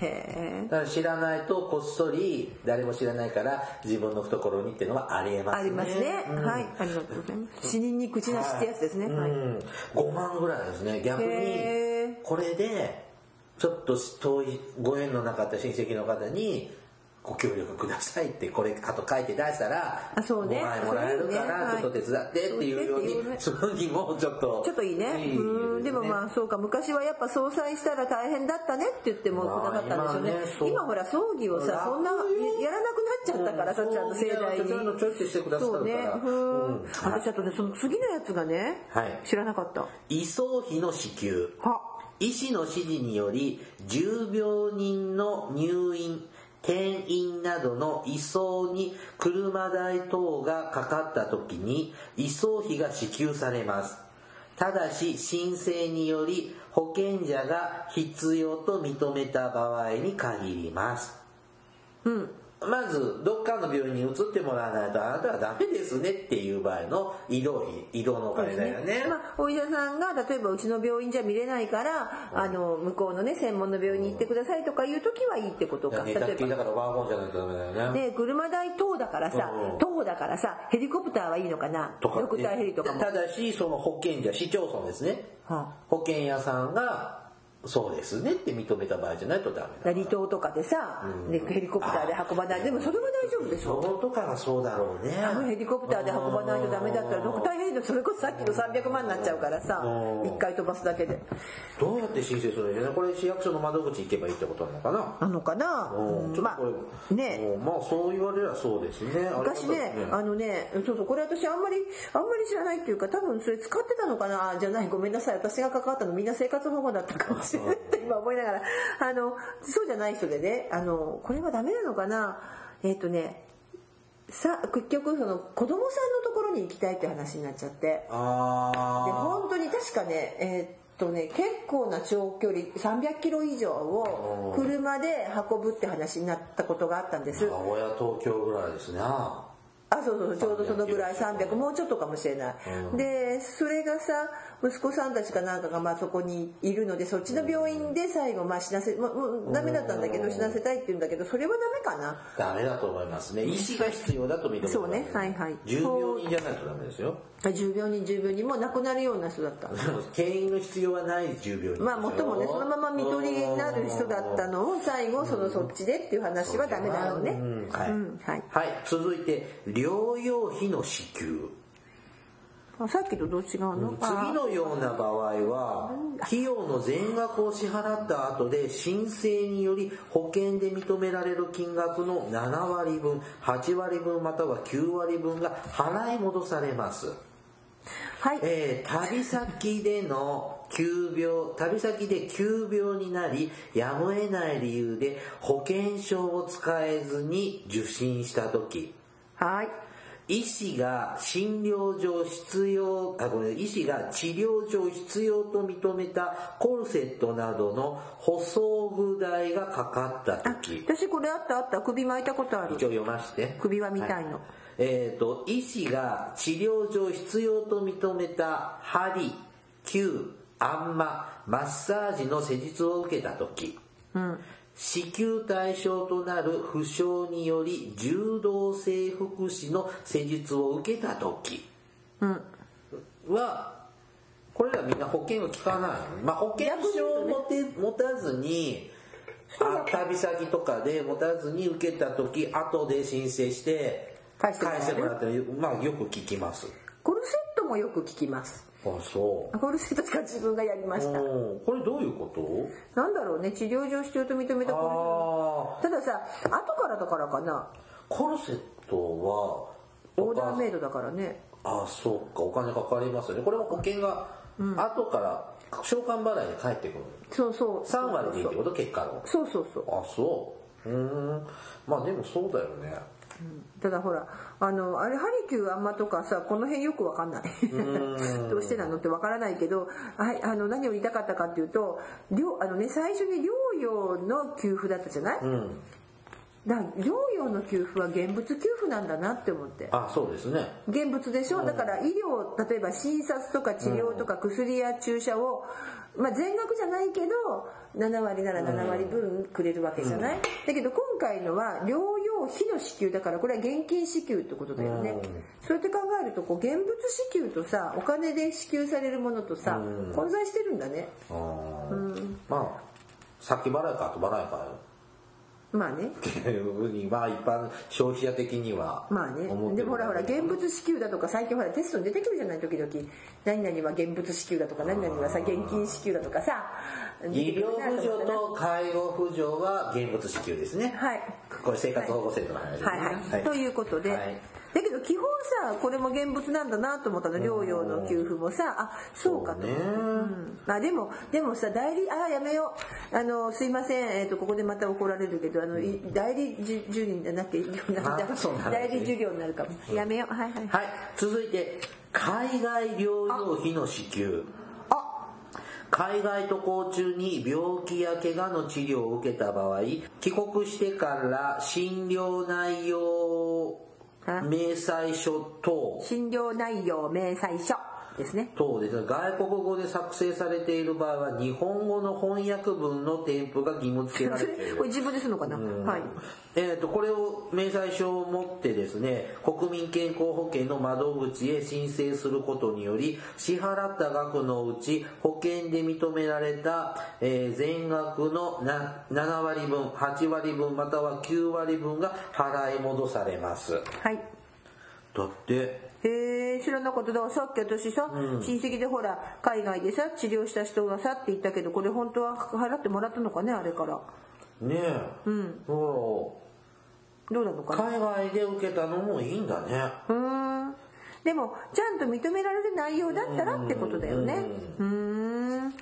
[SPEAKER 2] へえ
[SPEAKER 1] だから知らないとこっそり誰も知らないから自分の懐にっていうのはありえますね
[SPEAKER 2] ありますね、
[SPEAKER 1] うん
[SPEAKER 2] はいありがとうございます死人に口なしってやつですね、
[SPEAKER 1] うん
[SPEAKER 2] はい
[SPEAKER 1] 5万ぐらいですね逆
[SPEAKER 2] へ
[SPEAKER 1] に
[SPEAKER 2] ー
[SPEAKER 1] これでちょっと遠いご縁のなかった親戚の方にご協力くださいってこれあと書いて出したら
[SPEAKER 2] あそうね
[SPEAKER 1] 5万円もらえるか
[SPEAKER 2] それいいね
[SPEAKER 1] ら
[SPEAKER 2] は
[SPEAKER 1] ち
[SPEAKER 2] い
[SPEAKER 1] ょっと手伝ってっていうよう
[SPEAKER 2] そう
[SPEAKER 1] に そ
[SPEAKER 2] 言ってっていうね
[SPEAKER 1] のにもちょっと
[SPEAKER 2] ちょっといいね
[SPEAKER 1] いい
[SPEAKER 2] うんでも
[SPEAKER 1] ね
[SPEAKER 2] まあそうか昔はやっぱ総裁したら大変だったねって言っても
[SPEAKER 1] まあ
[SPEAKER 2] なかったんでしょうね
[SPEAKER 1] 今ねそう
[SPEAKER 2] 今ほら葬儀をさ
[SPEAKER 1] 楽
[SPEAKER 2] そんなややらなくなっちゃったからさ
[SPEAKER 1] うん
[SPEAKER 2] ちゃんと盛大に
[SPEAKER 1] そういうのちょいちょいしてくださるから
[SPEAKER 2] そうねう
[SPEAKER 1] うん
[SPEAKER 2] ん私あとねその次のやつがね
[SPEAKER 1] はい
[SPEAKER 2] 知らなかった
[SPEAKER 1] 移送費の支給
[SPEAKER 2] は
[SPEAKER 1] 医師の指示により重病人の入院転院などの移送に車代等がかかった時に移送費が支給されますただし申請により保険者が必要と認めた場合に限ります
[SPEAKER 2] うん
[SPEAKER 1] まずどっかの病院に移ってもらわないとあなたはダメですねっていう場合の移動費移動のお金だよね
[SPEAKER 2] まあ、お医者さんが例えばうちの病院じゃ見れないから、あの向こうのね専門の病院に行ってくださいとかいう時はいいってことか
[SPEAKER 1] 寝
[SPEAKER 2] 例
[SPEAKER 1] たっ
[SPEAKER 2] え
[SPEAKER 1] き
[SPEAKER 2] ば
[SPEAKER 1] りだからワーゴンじゃないとダメだよね
[SPEAKER 2] ね車代等だからさ
[SPEAKER 1] うん
[SPEAKER 2] 等だからさヘリコプターはいいのかな
[SPEAKER 1] とか
[SPEAKER 2] ドクターヘリとかも、
[SPEAKER 1] ただしその保険者市町村ですね
[SPEAKER 2] はあ
[SPEAKER 1] 保険屋さんがそうですねって認めた場合じゃないとダメだ
[SPEAKER 2] 離島とかでさ、ねヘリコプターで運ばないでもそれは大丈夫でしょ
[SPEAKER 1] そうとかがそうだろうね
[SPEAKER 2] あのヘリコプターで運ばないとダメだったらドクターヘリのそれこそさっきの300万になっちゃうからさ
[SPEAKER 1] うん
[SPEAKER 2] 1回飛ばすだけで
[SPEAKER 1] どうやって申請するんでしょうねこれ市役所の窓口行けばいいってことなのかな
[SPEAKER 2] なのかな
[SPEAKER 1] うん
[SPEAKER 2] うんま
[SPEAKER 1] ちょっとこ
[SPEAKER 2] あ
[SPEAKER 1] れ
[SPEAKER 2] ね
[SPEAKER 1] うんまあそう言われればそうですね
[SPEAKER 2] 昔ね
[SPEAKER 1] ありが、た
[SPEAKER 2] あ
[SPEAKER 1] い
[SPEAKER 2] のね、そうそう、これ私あんまり、あんまり知らないっていうか、多分それ使ってたのかな、あじゃない、ごめんなさい、私が関わったのみんな生活保護だったかもしれな いって今思いながら、あの、そうじゃない人でね、あの、これはダメなのかな、えっ、とね、さ、結局その子供さんのところに行きたいって話になっちゃって。で
[SPEAKER 1] あ
[SPEAKER 2] 本当に確かねえーっとね結構な長距離300キロ以上を車で運ぶって話になったことがあったんで
[SPEAKER 1] ー
[SPEAKER 2] す
[SPEAKER 1] 名古屋東京ぐらいですねあ
[SPEAKER 2] あそうそうちょうどそのぐらい
[SPEAKER 1] 300
[SPEAKER 2] 300もうちょっとかもしれない、
[SPEAKER 1] うん
[SPEAKER 2] でそれがさ息子さんたちかなんかがまあそこにいるのでそっちの病院で最後まあ死なせもうもうダメだったんだけど死なせたいって言うんだけどそれはダメかな
[SPEAKER 1] ーダメだと思いますね医師が必要だと認めた
[SPEAKER 2] そうねはいはい
[SPEAKER 1] 重病人じゃないとダメですよ
[SPEAKER 2] あ重病人重病人もう亡くなるような人だった
[SPEAKER 1] でも牽引の必要はない重病人
[SPEAKER 2] まあもっともねそのまま見取りになる人だったのを最後そのそっちでっていう話はダメだろうね
[SPEAKER 1] うんはい
[SPEAKER 2] うんはい
[SPEAKER 1] はい続いて療養費の支給
[SPEAKER 2] あさっきとどう違うの
[SPEAKER 1] 次
[SPEAKER 2] あ
[SPEAKER 1] のような場合は費用の全額を支払った後で申請により保険で認められる金額の7割分8割分または9割分が払い戻されます
[SPEAKER 2] はい
[SPEAKER 1] えー旅先での急病、旅先で急病になり、やむを得ない理由で保険証を使えずに受診した時、
[SPEAKER 2] はい。
[SPEAKER 1] 医師が診療上必要、あ、ごめんなさい医師が治療上必要と認めたコルセットなどの補装具代がかかった時、
[SPEAKER 2] 私これあったあった。首巻いたことある
[SPEAKER 1] 一。応読まして。
[SPEAKER 2] 首輪みたいの
[SPEAKER 1] はえっ、と、医師が治療上必要と認めた針、球、あんま、マッサージの施術を受けた時、
[SPEAKER 2] うん。
[SPEAKER 1] 支給対象となる負傷により柔道整復師の施術を受けた時
[SPEAKER 2] うん。
[SPEAKER 1] はこれらみんな保険は効かないまあ保険証を持て持たずにあ旅先とかで持たずに受けた時後で申請して
[SPEAKER 2] 返してもらえる
[SPEAKER 1] もらってるまあよく聞きます
[SPEAKER 2] コルセットもよく聞きます。
[SPEAKER 1] あそ
[SPEAKER 2] コルセットか自分がやりま
[SPEAKER 1] う
[SPEAKER 2] した。
[SPEAKER 1] うんこれどういうこ
[SPEAKER 2] なんだろうね、治療上必要と認めた
[SPEAKER 1] と
[SPEAKER 2] コルセッ
[SPEAKER 1] ああ
[SPEAKER 2] ト。たださ、後からだからかな。
[SPEAKER 1] コルセットは
[SPEAKER 2] オーダーメイドだからね。
[SPEAKER 1] ああそうかお金かかりますよねこれも保険が後から償還払いで返ってくる
[SPEAKER 2] そうそう。
[SPEAKER 1] 3割でいいってこと結果の
[SPEAKER 2] そうそうそう。
[SPEAKER 1] あそううーんまあでもそうだよね
[SPEAKER 2] ただほら、あの、あれ、ハリキューあんまとかさ、この辺よくわかんない。どうしてなのってわからないけど、はい、あの、何を言いたかったかっていうと、療あのね、最初に療養の給付だったじゃない、
[SPEAKER 1] うん
[SPEAKER 2] だから療養の給付は現物給付なんだなって思って。
[SPEAKER 1] あそうですね
[SPEAKER 2] 現物でしょ、だから医療例えば診察とか治療とか薬や注射を、まあ、全額じゃないけど7割なら7割分くれるわけじゃない、だけど今回のは療養費の支給だからこれは現金支給ってことだよね、
[SPEAKER 1] うん
[SPEAKER 2] そうやって考えるとこう現物支給とさお金で支給されるものとさ、
[SPEAKER 1] うん
[SPEAKER 2] 混在してるんだね
[SPEAKER 1] あーまあ先払いか後払いか よ
[SPEAKER 2] まあね
[SPEAKER 1] っていうふうにまあ一般消費者的には
[SPEAKER 2] まあね
[SPEAKER 1] 思って
[SPEAKER 2] で
[SPEAKER 1] る
[SPEAKER 2] もほらほら現物支給だとか最近ほらテストに出てくるじゃない時々何々は現物支給だとか何々はさ現金支給だとかさ
[SPEAKER 1] 医療扶助と介護扶助は現物支給ですね
[SPEAKER 2] はい
[SPEAKER 1] これ生活保護制度の話ですね
[SPEAKER 2] はいはい、ということで、
[SPEAKER 1] はい
[SPEAKER 2] だけど基本さこれも現物なんだなと思ったの療養の給付もさあそうかと
[SPEAKER 1] そうね
[SPEAKER 2] うんまあでもでもさ代理あやめようあのすいません、えー、とここでまた怒られるけどあの、い代理じゅ授業じゃなくて
[SPEAKER 1] またそうなる
[SPEAKER 2] 代理授業になるかも、やめようはいはい、
[SPEAKER 1] はい、続いて、海外療養費の支給。海外渡航中に病気や怪我の治療を受けた場合、帰国してから診療内容
[SPEAKER 2] あ
[SPEAKER 1] 明細書等、
[SPEAKER 2] 診療内容明細書で すね
[SPEAKER 1] 等ですね外国語で作成されている場合は、日本語の翻訳文の添付が義務付けられている
[SPEAKER 2] これ。自分でするのかな、はい
[SPEAKER 1] えー、とこれを明細書を持ってですね国民健康保険の窓口へ申請することにより支払った額のうち保険で認められた、えー全額のな7割分8割分または9割分が払い戻されます
[SPEAKER 2] はい
[SPEAKER 1] だって
[SPEAKER 2] へえ知らなかっただからさっき私さ、親戚でほら海外でさ治療した人がさって言ったけどこれ本当は払ってもらったのかねあれから
[SPEAKER 1] ねえ、
[SPEAKER 2] うん
[SPEAKER 1] ほ
[SPEAKER 2] どうなの
[SPEAKER 1] ら
[SPEAKER 2] かな
[SPEAKER 1] 海外で受けたのもいいんだね
[SPEAKER 2] うーんでもちゃんと認められる内容だったらってことだよねうーん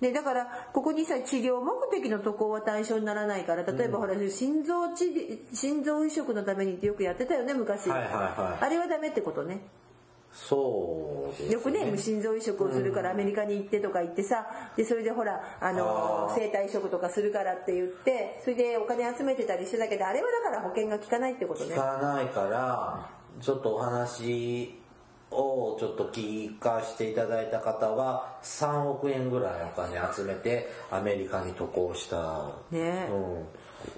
[SPEAKER 2] でだからここにさ治療目的の渡航は対象にならないから例えばほら心臓治療心臓移植のためにってよくやってたよね昔、
[SPEAKER 1] はいはいはい
[SPEAKER 2] あれはダメってことね
[SPEAKER 1] そうですね
[SPEAKER 2] よくね無心臓移植をするからアメリカに行ってとか言ってさでそれでほらあの
[SPEAKER 1] あー
[SPEAKER 2] 生体移植とかするからって言ってそれでお金集めてたりしてたけどあれはだから保険が効かないってこと
[SPEAKER 1] 聞
[SPEAKER 2] ね
[SPEAKER 1] かないからちょっとお話をちょっと聞かせていただいた方は3億円ぐらいお金集めてアメリカに渡航した、
[SPEAKER 2] ね
[SPEAKER 1] うん、っ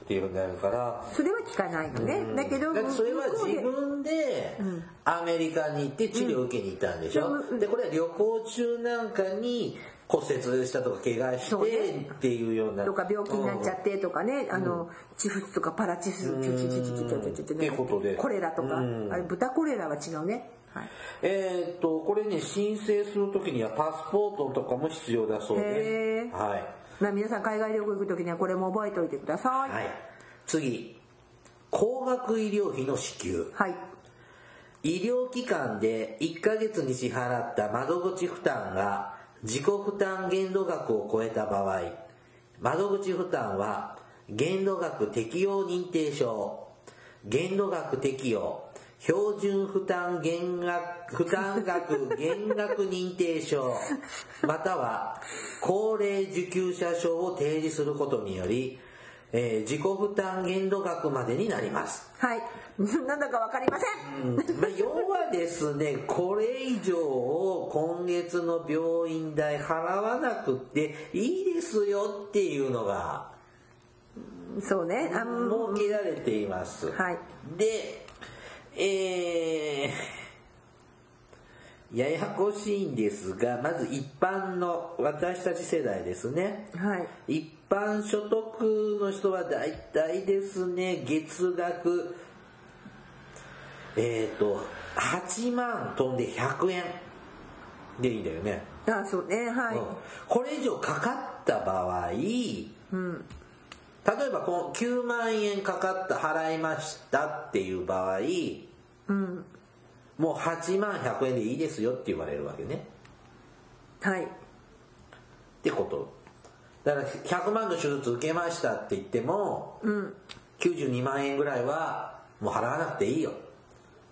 [SPEAKER 1] ていうのになるから
[SPEAKER 2] それは効かないのねだけど
[SPEAKER 1] だってそれは
[SPEAKER 2] 向こうで
[SPEAKER 1] 自分でアメリカに行って治療を受けに行ったんでしょ、でこれは旅行中なんかに骨折したとか怪我して
[SPEAKER 2] そうね
[SPEAKER 1] っていうような
[SPEAKER 2] とか病気になっちゃってとかね、あの、チフスとかパラチス、チュチュチュチュチュチュチュチュチュ
[SPEAKER 1] ってことで
[SPEAKER 2] コレラとか、
[SPEAKER 1] うん
[SPEAKER 2] あれ豚コレラは違うね。はい。
[SPEAKER 1] えーっとこれね申請するときにはパスポートとかも必要だそう
[SPEAKER 2] へ
[SPEAKER 1] で
[SPEAKER 2] ー
[SPEAKER 1] す、はい
[SPEAKER 2] まあ皆さん海外旅行行く時にはこれも覚えておいてください。
[SPEAKER 1] はい、次高額医療費の支給
[SPEAKER 2] はい。
[SPEAKER 1] 医療機関で1ヶ月に支払った窓口負担が自己負担限度額を超えた場合、窓口負担は限度額適用認定証、限度額適用、標準負担減額、負担額減額認定証、または高齢受給者証を提示することにより、えー自己負担限度額までになります。
[SPEAKER 2] はい。 なんだかわかりません。
[SPEAKER 1] まあ、要はですね、これ以上を今月の病院代払わなくていいですよっていうのが
[SPEAKER 2] そうね。あんは
[SPEAKER 1] 設けられています。
[SPEAKER 2] い。
[SPEAKER 1] で、えー、ややこしいんですが、まず一般の私たち世代ですね。
[SPEAKER 2] はい。
[SPEAKER 1] 一般所得の人は大体ですね、月額、えっ、と、8万飛んで100円でいいんだよね。
[SPEAKER 2] あ、そうね。は
[SPEAKER 1] うん
[SPEAKER 2] い。
[SPEAKER 1] これ以上かかった場合、例
[SPEAKER 2] うん。
[SPEAKER 1] えばこの9万円かかった払いましたっていう場合、
[SPEAKER 2] うん。
[SPEAKER 1] もう8万100円でいいですよって言われるわけね。
[SPEAKER 2] はい。
[SPEAKER 1] ってこと。だから100万の手術受けましたって言っても、
[SPEAKER 2] うん。
[SPEAKER 1] 92万円ぐらいはもう払わなくていいよ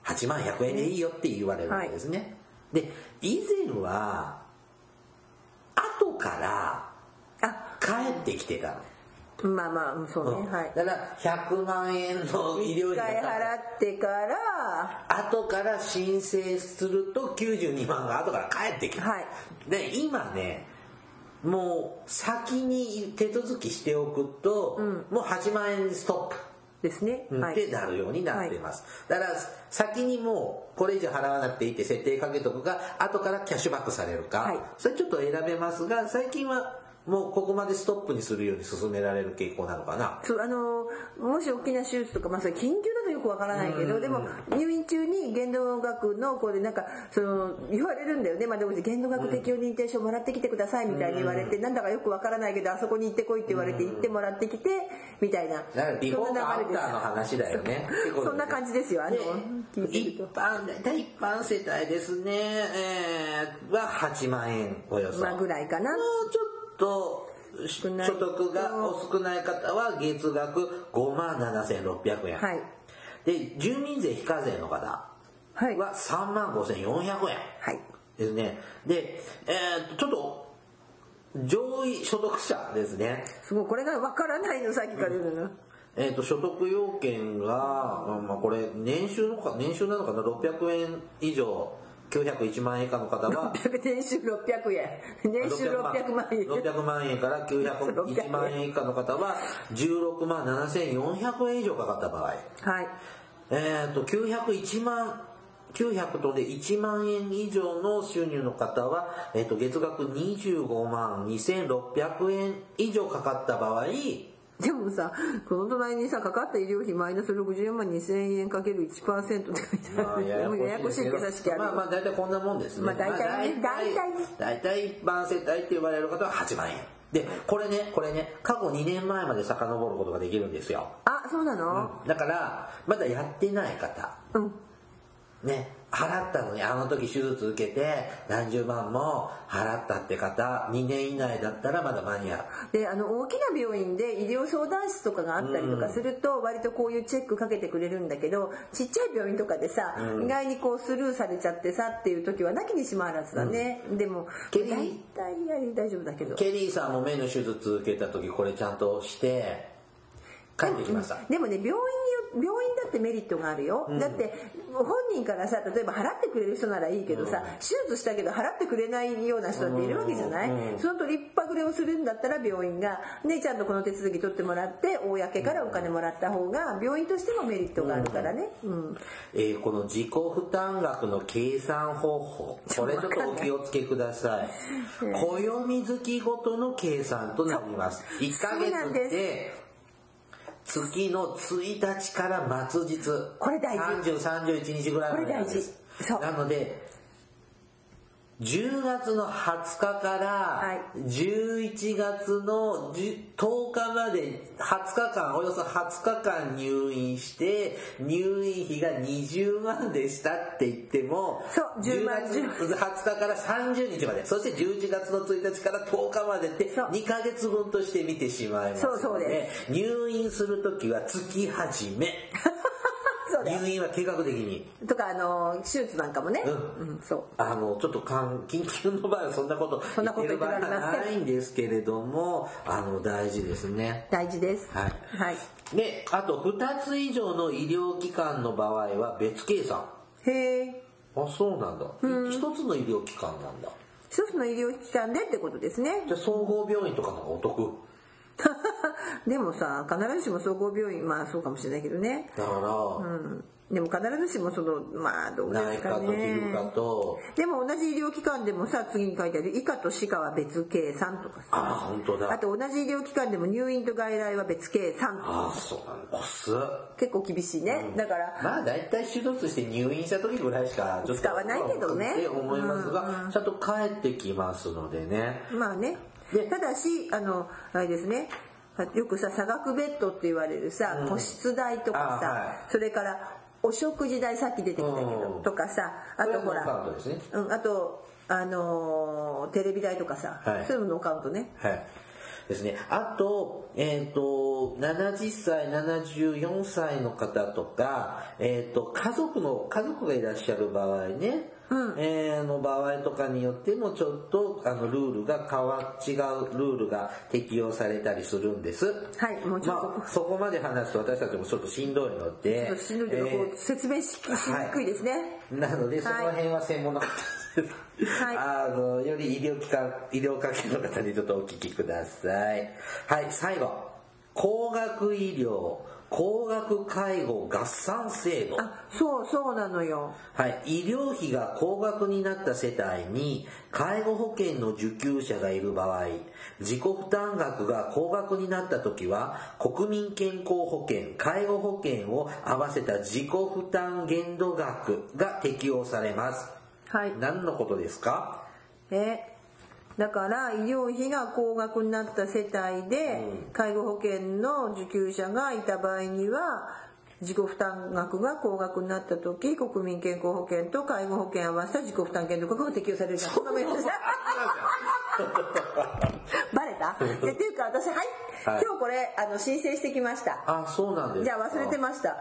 [SPEAKER 1] 8万100円でいいよって言われるんですね、で以前は後から
[SPEAKER 2] あ、
[SPEAKER 1] 帰ってきてたの
[SPEAKER 2] まあまあうん、そう
[SPEAKER 1] う
[SPEAKER 2] ね。
[SPEAKER 1] ん
[SPEAKER 2] はい。
[SPEAKER 1] だから100万円の医療
[SPEAKER 2] 一
[SPEAKER 1] 費
[SPEAKER 2] 回
[SPEAKER 1] が
[SPEAKER 2] 払ってから、
[SPEAKER 1] 後から申請すると92万が後から返ってきます、
[SPEAKER 2] はい
[SPEAKER 1] で今ねもう先に手続きしておくと、もう8万円ストップ
[SPEAKER 2] ですね。
[SPEAKER 1] うん
[SPEAKER 2] は
[SPEAKER 1] って
[SPEAKER 2] い。
[SPEAKER 1] なるようになっています、だから先にもうこれ以上払わなくていいって設定かけとくか後からキャッシュバックされるか、
[SPEAKER 2] はい
[SPEAKER 1] それちょっと選べますが最近はもうここまでストップにするように進められる傾向なのかな
[SPEAKER 2] そうあのもし大きな手術とか、まあ、それ緊急だとよくわからないけどでも入院中に限度額のこれなんかその言われるんだよね、まあ、でも限度額適用認定証もらってきてくださいみたいに言われて、なんだかよくわからないけどあそこに行ってこいって言われて行ってもらってきてみたいな、
[SPEAKER 1] だからビフォ
[SPEAKER 2] そん
[SPEAKER 1] ー
[SPEAKER 2] な
[SPEAKER 1] ア
[SPEAKER 2] 流
[SPEAKER 1] フ
[SPEAKER 2] れ
[SPEAKER 1] ターの話だよねってこと
[SPEAKER 2] そんな感じですよあの
[SPEAKER 1] で
[SPEAKER 2] 聞いてる
[SPEAKER 1] 一
[SPEAKER 2] と。
[SPEAKER 1] 般大体一般世帯ですね、えーは8万円およそ、
[SPEAKER 2] まあ、ぐらいかな
[SPEAKER 1] もうちょっとし
[SPEAKER 2] 少
[SPEAKER 1] 所
[SPEAKER 2] ない
[SPEAKER 1] 得がお少ない方は月額5万7600円、
[SPEAKER 2] はい
[SPEAKER 1] で住民税非課税の方
[SPEAKER 2] はい
[SPEAKER 1] は3万5400円
[SPEAKER 2] はい
[SPEAKER 1] ですねで、えーちょっと上位所得者ですね
[SPEAKER 2] すごいこれがわからないのさっきから言うの、
[SPEAKER 1] えー、と所得要件が、うんまあ、これ年収のか年収なのかな600円以上901万円以下の方は
[SPEAKER 2] 600年収600円年収600万円
[SPEAKER 1] 600万円から901万円以下の方は16万7400円以上かかった場合
[SPEAKER 2] はい
[SPEAKER 1] えっ、と901万900とで1万円以上の収入の方は、えー、と月額25万2600円以上かかった場合
[SPEAKER 2] でもさ、この隣にさ、かかった医療費マイナス64万2000円かける1%って書いてあ
[SPEAKER 1] まあ
[SPEAKER 2] る。
[SPEAKER 1] やや
[SPEAKER 2] もうややこ
[SPEAKER 1] こ
[SPEAKER 2] し
[SPEAKER 1] しい
[SPEAKER 2] い
[SPEAKER 1] けど
[SPEAKER 2] 手差しある。
[SPEAKER 1] まあまあ大体こんなもんですね。
[SPEAKER 2] まあ大体ね
[SPEAKER 1] まあ大体大体一般世帯って言われる方は8万円。で、これね、これね、過去2年前まで遡ることができるんですよ。
[SPEAKER 2] あ、そうなの
[SPEAKER 1] だから、まだやってない方、
[SPEAKER 2] うん。
[SPEAKER 1] ね、払ったのに、あの時手術受けて何十万も払ったって方、2年以内だったらまだ間に合う。
[SPEAKER 2] で、あの、大きな病院で医療相談室とかがあったりとかすると、割とこういうチェックかけてくれるんだけど、ちっちゃい病院とかでさ、意外にこうスルーされちゃってさっていう時はなきにしもあらずだね。でも、
[SPEAKER 1] け
[SPEAKER 2] 大
[SPEAKER 1] ど
[SPEAKER 2] 体やり大丈夫だけど。
[SPEAKER 1] ケリーさんも目の手術受けた時、これちゃんとして、帰ってきました。
[SPEAKER 2] でもね病院によ病院だってメリットがあるよ、だって本人からさ例えば払ってくれる人ならいいけどさ、手術したけど払ってくれないような人だっているわけじゃない、そのと立派くれをするんだったら病院が姉ちゃんとこの手続き取ってもらって公からお金もらった方が病院としてもメリットがあるからね、うん
[SPEAKER 1] えーこの自己負担額の計算方法これちょっとお気をつけください暦月ごとの計算となります1ヶ
[SPEAKER 2] そうなん
[SPEAKER 1] 月
[SPEAKER 2] で
[SPEAKER 1] です月の1日から末日
[SPEAKER 2] これ大事
[SPEAKER 1] 3031日ぐらいまでなんです
[SPEAKER 2] これ大事そう
[SPEAKER 1] なので10月の20日か
[SPEAKER 2] は
[SPEAKER 1] ら11月の10 10日まで20日間およそ20日間入院して入院費が20万でしたって言っても
[SPEAKER 2] そう10万
[SPEAKER 1] 月20日から30日までそして11月の1日から10日までって
[SPEAKER 2] そう
[SPEAKER 1] 2ヶ月分として見てしまいます
[SPEAKER 2] そうそうで
[SPEAKER 1] 入院するときは月始め
[SPEAKER 2] そうだよ
[SPEAKER 1] 入院は計画的に
[SPEAKER 2] とかあの手術なんかもね、
[SPEAKER 1] う
[SPEAKER 2] うんそう
[SPEAKER 1] あの、ちょっとかん緊急の場合はそんなこと
[SPEAKER 2] そ
[SPEAKER 1] 言
[SPEAKER 2] んな
[SPEAKER 1] っ
[SPEAKER 2] こと
[SPEAKER 1] て
[SPEAKER 2] 言
[SPEAKER 1] る
[SPEAKER 2] って
[SPEAKER 1] 場合
[SPEAKER 2] ら
[SPEAKER 1] は
[SPEAKER 2] れま
[SPEAKER 1] な
[SPEAKER 2] せん
[SPEAKER 1] いんですけれども、あの、大事ですね。
[SPEAKER 2] 大事です
[SPEAKER 1] はい
[SPEAKER 2] はい、
[SPEAKER 1] で、あと2つ以上の医療機関の場合は別計算。
[SPEAKER 2] へえ
[SPEAKER 1] あ、そうなんだ。一つの医療機関なんだ。
[SPEAKER 2] 一つの医療機関でってことですね
[SPEAKER 1] じゃあ総合病院とかの方がお得。
[SPEAKER 2] でもさ必ずしも総合病院まあそうかもしれないけどね
[SPEAKER 1] だ
[SPEAKER 2] う
[SPEAKER 1] か
[SPEAKER 2] んでも必ずしもそのまあどう
[SPEAKER 1] ら、
[SPEAKER 2] で
[SPEAKER 1] 内
[SPEAKER 2] す
[SPEAKER 1] 科
[SPEAKER 2] か
[SPEAKER 1] と皮
[SPEAKER 2] ね
[SPEAKER 1] 膚科と、
[SPEAKER 2] でも同じ医療機関でもさ次に書いてある以下と歯科は別計算とかさ
[SPEAKER 1] ああ、本当
[SPEAKER 2] あ
[SPEAKER 1] だ。
[SPEAKER 2] と同じ医療機関でも入院と外来は別計算とか
[SPEAKER 1] ああ、そうなんだ。こす。
[SPEAKER 2] 結構厳しいね、だから
[SPEAKER 1] まあ大体手術して入院した時ぐらいしかちょっと
[SPEAKER 2] 使わないけどね
[SPEAKER 1] って思いますが、ちゃんと帰ってきますのでね。
[SPEAKER 2] まあね
[SPEAKER 1] で
[SPEAKER 2] ただしあのあれですねよくさ差額ベッドって言われるさ、個室代とかさ、
[SPEAKER 1] あは
[SPEAKER 2] それからお食事代さっき出てきたけど、
[SPEAKER 1] うん
[SPEAKER 2] とかさあとほ
[SPEAKER 1] これはノーカウン
[SPEAKER 2] ら、
[SPEAKER 1] トですね。
[SPEAKER 2] うん、あとあのーテレビ代とかさ、
[SPEAKER 1] はい
[SPEAKER 2] そういうのノーカウントね
[SPEAKER 1] はい。ですね。あと、えっ、と、70歳、74歳の方とか、えっ、と、家族の、家族がいらっしゃる場合ね、えーの場合とかによってもちょっとあのルールが変わ違うルールが適用されたりするんです。
[SPEAKER 2] はいもうちょっと、
[SPEAKER 1] まあ、そこまで話すと私たちもちょっとしんどいので
[SPEAKER 2] ちょっとしんどいけど、こう説明ししにくいですね、
[SPEAKER 1] えーなのでその辺は専門の方です、
[SPEAKER 2] はい
[SPEAKER 1] あのより医療機関医療関係の方にちょっとお聞きくださいはい最後高額医療高額介護合算制度
[SPEAKER 2] あそうそうなのよ
[SPEAKER 1] はい、医療費が高額になった世帯に介護保険の受給者がいる場合自己負担額が高額になった時は国民健康保険介護保険を合わせた自己負担限度額が適用されます
[SPEAKER 2] はい
[SPEAKER 1] 何のことですか
[SPEAKER 2] えだから医療費が高額になった世帯で介護保険の受給者がいた場合には自己負担額が高額になった時国民健康保険と介護保険合わせた自己負担限度額が適用されるからごめんなさい バレ たいやっていうか私はい、
[SPEAKER 1] はい
[SPEAKER 2] 今日これあの申請してきました
[SPEAKER 1] あそうなんです
[SPEAKER 2] じゃあ忘れてました。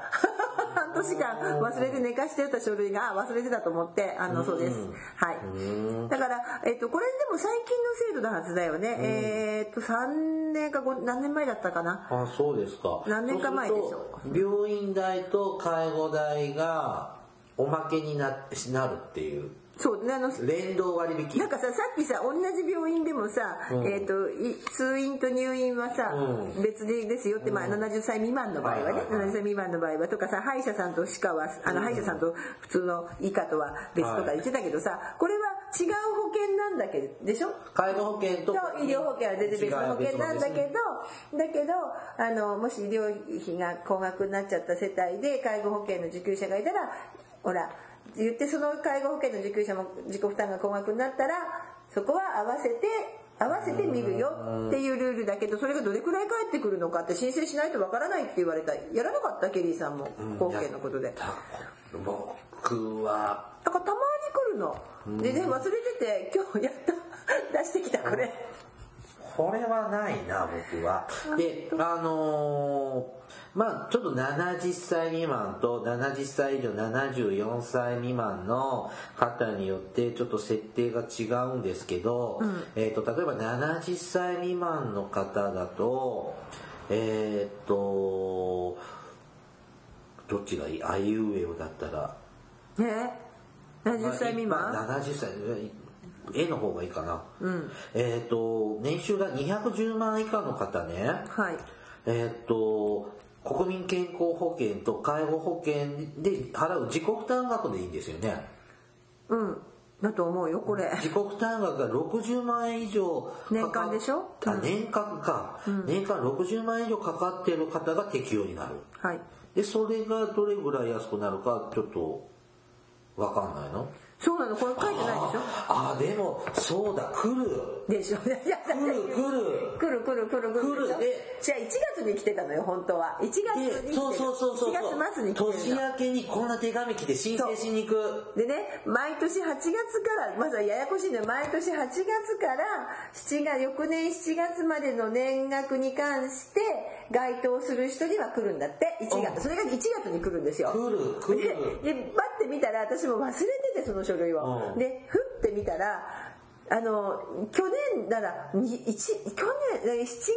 [SPEAKER 2] 半年間忘れて寝かしてた書類があ忘れてたと思って、あの、そうです。はい。だから、えっと、これでも最近の制度のはずだよね。えっと、3年か5、何年前だったかな。
[SPEAKER 1] あそうですか
[SPEAKER 2] 何年か前でしょ
[SPEAKER 1] そうすると病院代と介護代がおまけにななるっていう
[SPEAKER 2] そう、あの、
[SPEAKER 1] 連動割引
[SPEAKER 2] なんかさ、さっきさ、同じ病院でもさ、えっと、い通院と入院はさ、
[SPEAKER 1] う
[SPEAKER 2] 別でですよって、まあ、70歳未満の場合はね、
[SPEAKER 1] はいはいはい
[SPEAKER 2] 70歳未満の場合はとかさ、歯医者さんと歯科は、あの、歯医者さんと普通の医科とは別とか言ってたけどさ、これは違う保険なんだけど、でしょ
[SPEAKER 1] 介護保険と
[SPEAKER 2] と医療保険は全然別の保険なんだけど、
[SPEAKER 1] 違う別のですね
[SPEAKER 2] だけどあのもし医療費が高額になっちゃった世帯で介護保険の受給者がいたらほら言ってその介護保険の受給者も自己負担が高額になったらそこは合わせて合わせて見るよっていうルールだけどそれがどれくらい返ってくるのかって申請しないとわからないって言われたやらなかったケリーさんも保険のことで。
[SPEAKER 1] 僕は
[SPEAKER 2] だからたまに来るの。でね忘れてて今日やった出してきたこれ。
[SPEAKER 1] これはないな僕はであのーまあちょっと70歳未満と70歳以上74歳未満の方によってちょっと設定が違うんですけど、えー、と例えば70歳未満の方だとえっ、とどっちがいいあいうえおだったら
[SPEAKER 2] ね70歳未満、
[SPEAKER 1] まあ、70歳絵の方がいいかな、えっ、と年収が210万以下の方ね
[SPEAKER 2] はい
[SPEAKER 1] えっ、と国民健康保険と介護保険で払う自己負担額でいいんですよね
[SPEAKER 2] うんだと思うよこれ
[SPEAKER 1] 自己負担額が60万円以上かか
[SPEAKER 2] 年間でしょ
[SPEAKER 1] あ年間か、年間60万円以上かかってる方が適用になる
[SPEAKER 2] はい
[SPEAKER 1] でそれがどれぐらい安くなるかちょっとわかんないの
[SPEAKER 2] そうなのこれ書いてないでしょ
[SPEAKER 1] あーあーでもそうだ来る
[SPEAKER 2] でしょ いやいや
[SPEAKER 1] 来る来る
[SPEAKER 2] 来る来る来る来る
[SPEAKER 1] 来るで
[SPEAKER 2] じゃあ1月に来てたのよ本当は1月に来て
[SPEAKER 1] で
[SPEAKER 2] る
[SPEAKER 1] そうそうそうそう
[SPEAKER 2] 1月末に来て
[SPEAKER 1] 年
[SPEAKER 2] る
[SPEAKER 1] 明
[SPEAKER 2] の
[SPEAKER 1] けにこんな手紙来て申請しに行く
[SPEAKER 2] でね毎年8月からまずはややこしいね毎年8月から7月翌年7月までの年額に関して該当する人には来るんだって1
[SPEAKER 1] うん
[SPEAKER 2] 月それが1月に来るんですよ
[SPEAKER 1] 来る来
[SPEAKER 2] で
[SPEAKER 1] る
[SPEAKER 2] でバッて見たら私も忘れててその書類を、
[SPEAKER 1] うん
[SPEAKER 2] でふって見たらあの去年ならに一去年え7月っ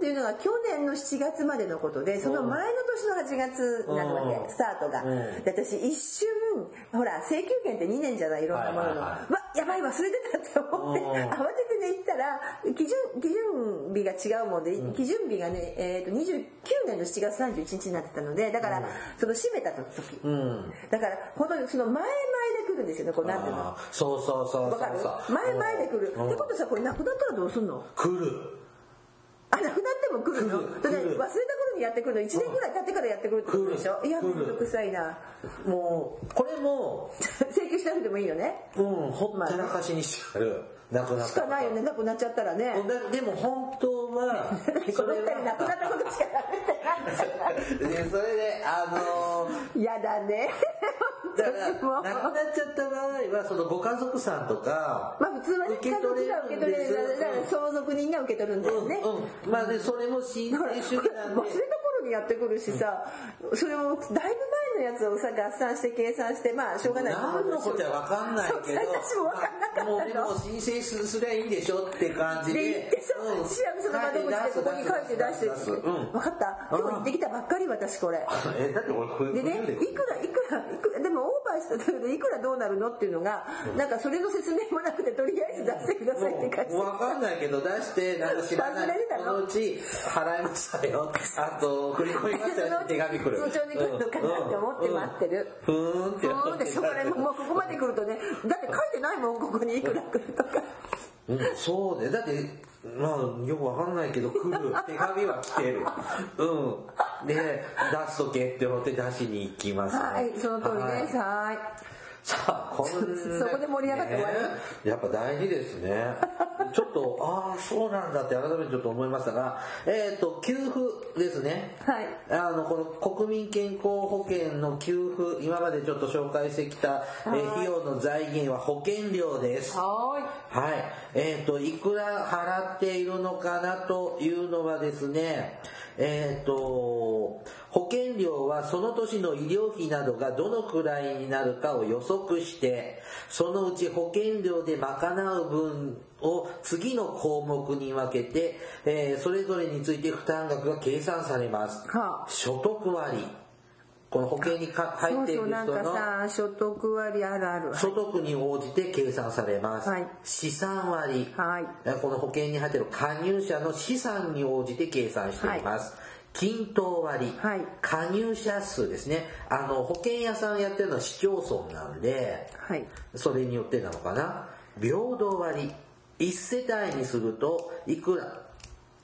[SPEAKER 2] ていうのが去年の7月までのことでその前の年の8月なのわけ、
[SPEAKER 1] うん
[SPEAKER 2] スタートが、
[SPEAKER 1] うん
[SPEAKER 2] で私一瞬ほら請求権って2年じゃないいろんなものの、
[SPEAKER 1] はいはいは
[SPEAKER 2] わやばい忘れてたって思って
[SPEAKER 1] うん
[SPEAKER 2] 慌ててね行ったら基準基準日が違うもんで、基準日がね、えー、と29年の7月31日になってたのでだから、その閉めた時
[SPEAKER 1] うん
[SPEAKER 2] だから本当にその前々で来るんですよねこうなんていうの
[SPEAKER 1] あーそうそうそうそ
[SPEAKER 2] わ
[SPEAKER 1] う
[SPEAKER 2] かる
[SPEAKER 1] そう
[SPEAKER 2] 前々で来るって
[SPEAKER 1] うん
[SPEAKER 2] ことさこれなくなったらどうすんの
[SPEAKER 1] 来る
[SPEAKER 2] あなくなっても来るの
[SPEAKER 1] 来る
[SPEAKER 2] だって
[SPEAKER 1] 来
[SPEAKER 2] 忘れ
[SPEAKER 1] る
[SPEAKER 2] た頃にやってくるの1年ぐらい経ってからやってくるってことでしょ
[SPEAKER 1] 来る
[SPEAKER 2] いや
[SPEAKER 1] 来
[SPEAKER 2] め
[SPEAKER 1] る
[SPEAKER 2] んどくさいな
[SPEAKER 1] もうこれも
[SPEAKER 2] 請求しなくてもいいよね
[SPEAKER 1] うんほったらかしにしてるなくなった
[SPEAKER 2] しかないよねなくなっちゃったらね
[SPEAKER 1] だでも本当は
[SPEAKER 2] この2人なくなったことしかやめてないんだから
[SPEAKER 1] でそれであのー
[SPEAKER 2] やだね
[SPEAKER 1] だから
[SPEAKER 2] 私も
[SPEAKER 1] 亡くなっちゃった場合はそのご家族さんとか
[SPEAKER 2] まあ普通はね
[SPEAKER 1] 受
[SPEAKER 2] 家
[SPEAKER 1] け
[SPEAKER 2] 族
[SPEAKER 1] 取れ
[SPEAKER 2] が受け取れ
[SPEAKER 1] るん
[SPEAKER 2] る
[SPEAKER 1] です
[SPEAKER 2] だから相続人が受け取るんだよね、
[SPEAKER 1] うん、まあねそれも申
[SPEAKER 2] だから
[SPEAKER 1] 請
[SPEAKER 2] 忘
[SPEAKER 1] 主
[SPEAKER 2] れ
[SPEAKER 1] 義なんで
[SPEAKER 2] た 頃にやってくるしさ、それもだいぶ前のやつをさ合算して計算してまあしょうがない思う
[SPEAKER 1] 何のことや分かんないけど
[SPEAKER 2] そう私も分かんなかったの
[SPEAKER 1] もうでも申請すすりゃいいんでしょって感じで
[SPEAKER 2] で行ってさ、
[SPEAKER 1] うん
[SPEAKER 2] 市役所の窓口でここに書いて出してる
[SPEAKER 1] 出す出すうん
[SPEAKER 2] 分かった今日行ってきたばっかり私これ。
[SPEAKER 1] えだって俺これ
[SPEAKER 2] でね、い
[SPEAKER 1] こ
[SPEAKER 2] く
[SPEAKER 1] れ
[SPEAKER 2] らいくらいくらでもオーバーしたというのでいくらどうなるのっていうのが、なんかそれの説明もなくてとりあえず出してくださいって感じ
[SPEAKER 1] もう分かんないけど出してなんか知らない
[SPEAKER 2] 忘れてた
[SPEAKER 1] こ
[SPEAKER 2] の
[SPEAKER 1] のうち払いましたよあと振り込みましたよって手紙来る
[SPEAKER 2] 通帳に来るのかなって思って待ってる
[SPEAKER 1] うんうんふーんってや
[SPEAKER 2] そう
[SPEAKER 1] って
[SPEAKER 2] でしょこれもうここまで来るとねだって書いてないもんここにいくら来るとか。
[SPEAKER 1] うん、そうね。だって、まあ、よくわかんないけど、来る。手紙は来 てる。うん。で、出すとけって思って出しに行きます、
[SPEAKER 2] はい、その通りです。
[SPEAKER 1] はい
[SPEAKER 2] はい。
[SPEAKER 1] さあ、こん
[SPEAKER 2] そ こで盛り上がって終わり
[SPEAKER 1] り。やっぱ大事ですね。ちょっと、ああ、そうなんだって改めてちょっと思いましたが、えっ、と、給付ですね。
[SPEAKER 2] はい。
[SPEAKER 1] あの、この国民健康保険の給付、今までちょっと紹介してきた、え
[SPEAKER 2] はい
[SPEAKER 1] ー費用の財源は保険料です。
[SPEAKER 2] は
[SPEAKER 1] はい。えっ、と、いくら払っているのかなというのはですね、えっ、と、保険料はその年の医療費などがどのくらいになるかを予測して、そのうち保険料で賄う分を次の項目に分けて、えーそれぞれについて負担額が計算されます。
[SPEAKER 2] はあ
[SPEAKER 1] 所得割。この保険にか
[SPEAKER 2] い。そ
[SPEAKER 1] 入っ
[SPEAKER 2] う
[SPEAKER 1] ている
[SPEAKER 2] そ
[SPEAKER 1] 人
[SPEAKER 2] う、
[SPEAKER 1] の
[SPEAKER 2] なんかさ、所得割あるある。
[SPEAKER 1] 所得に応じて計算されます、
[SPEAKER 2] はい
[SPEAKER 1] 資産割、
[SPEAKER 2] はい
[SPEAKER 1] この保険に入っている加入者の資産に応じて計算しています、均等割、
[SPEAKER 2] はい
[SPEAKER 1] 加入者数ですねあの保険屋さんやってるのは市町村なんで
[SPEAKER 2] はい。
[SPEAKER 1] それによってなのかな平等割1世帯にするといくら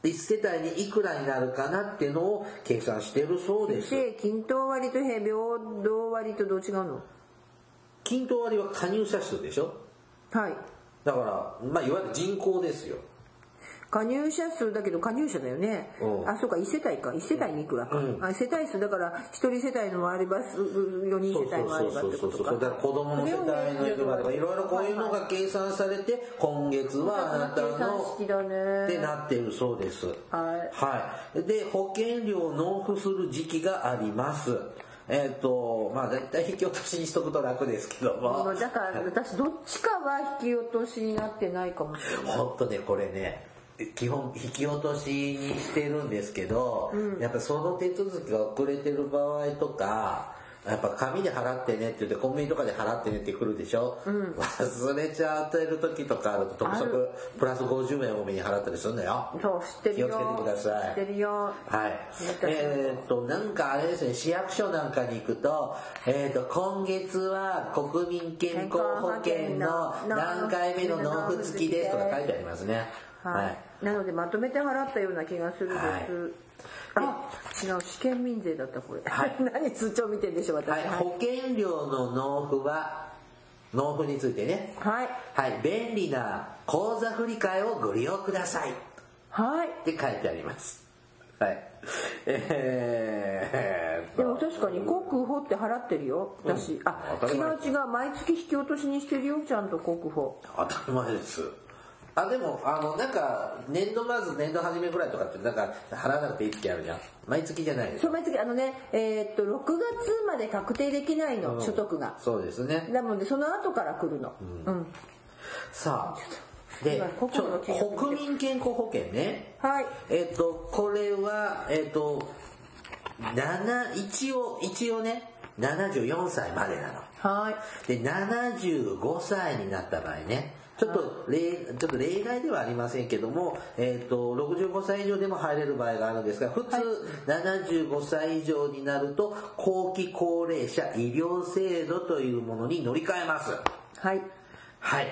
[SPEAKER 1] 1世帯にいくらになるかなっていうのを計算してるそうです
[SPEAKER 2] で、均等割と平等割とどう違うの
[SPEAKER 1] 均等割は加入者数でしょ
[SPEAKER 2] はい。
[SPEAKER 1] だから、まあ、いわゆる人口ですよ。
[SPEAKER 2] 加入者数だけど加入者だよね
[SPEAKER 1] うん。
[SPEAKER 2] あ、そうか、1世帯か。1世帯にいくらか。
[SPEAKER 1] うん
[SPEAKER 2] あ世帯数だから、1人世帯のもあれば、4人世
[SPEAKER 1] そうそ
[SPEAKER 2] 帯
[SPEAKER 1] う
[SPEAKER 2] もあれば
[SPEAKER 1] そ
[SPEAKER 2] っ
[SPEAKER 1] う
[SPEAKER 2] て
[SPEAKER 1] そ
[SPEAKER 2] こ
[SPEAKER 1] うそ
[SPEAKER 2] と
[SPEAKER 1] う。だから
[SPEAKER 2] か。
[SPEAKER 1] 子供の世帯のいくらとか、いろいろこういうのが計算されて、今月はあなた
[SPEAKER 2] 計算
[SPEAKER 1] の、
[SPEAKER 2] 式だ
[SPEAKER 1] って
[SPEAKER 2] ね。
[SPEAKER 1] なってるそうです。
[SPEAKER 2] はい。
[SPEAKER 1] はい。で、保険料を納付する時期があります。えっ、と、まあ、だいたい引き落としにしとくと楽ですけども。
[SPEAKER 2] だから、私、どっちかは引き落としになってないかもしれない。
[SPEAKER 1] ほんとね、これね、基本引き落としにしてるんですけど、やっぱその手続きが遅れてる場合とか、やっぱ紙で払ってねって言ってコンビニとかで払ってねって来るでしょ、忘れちゃってる時とかあると特
[SPEAKER 2] あ
[SPEAKER 1] 色
[SPEAKER 2] る
[SPEAKER 1] プラス50円多めに払ったりするんだよ。
[SPEAKER 2] そう、知ってるよ。
[SPEAKER 1] 気をつけてください
[SPEAKER 2] 知ってるよ。
[SPEAKER 1] はい
[SPEAKER 2] 絶。対そう
[SPEAKER 1] えーっと、なんかあれですね、市役所なんかに行くと、えーっと、今月は国民健康保険の何回目の納付付きですとか書いてありますね。は。
[SPEAKER 2] はいい。なので、まとめて払ったような気がするで
[SPEAKER 1] はい
[SPEAKER 2] す。あ、違う、試 験民税だった、これ。何通帳見てんでしょ、私。
[SPEAKER 1] はい、保険料の納付は納付についてね。
[SPEAKER 2] はい。
[SPEAKER 1] はい、便利な口座振替をご利用ください。っ
[SPEAKER 2] はい。
[SPEAKER 1] て書いてあります。はい。えー、
[SPEAKER 2] でも確かに国保って払ってるよ私、あ
[SPEAKER 1] 当た
[SPEAKER 2] 違
[SPEAKER 1] り前
[SPEAKER 2] う違う毎月引き落としにしてるよちゃんと国保
[SPEAKER 1] 当たり前ですあでもあのなんか年度まず年度初めぐらいとかってなんか払わなくていい月あるじゃん毎月じゃないでし
[SPEAKER 2] そう
[SPEAKER 1] ょ
[SPEAKER 2] 毎月あのねえーっと6月まで確定できないの、所得が
[SPEAKER 1] そうですね
[SPEAKER 2] なのでその後から来るのうん、
[SPEAKER 1] さあで
[SPEAKER 2] 今国
[SPEAKER 1] ち
[SPEAKER 2] 民の
[SPEAKER 1] ょ国民健康保険ね
[SPEAKER 2] はい
[SPEAKER 1] えっとこれはえっと7一応一応ね74歳までなの
[SPEAKER 2] はい
[SPEAKER 1] で75歳になった場合ねちょっと例ちょっと例外ではありませんけども、えー、と65歳以上でも入れる場合があるんですが普通75歳以上になると後期高齢者医療制度というものに乗り換えます。
[SPEAKER 2] はい
[SPEAKER 1] はい。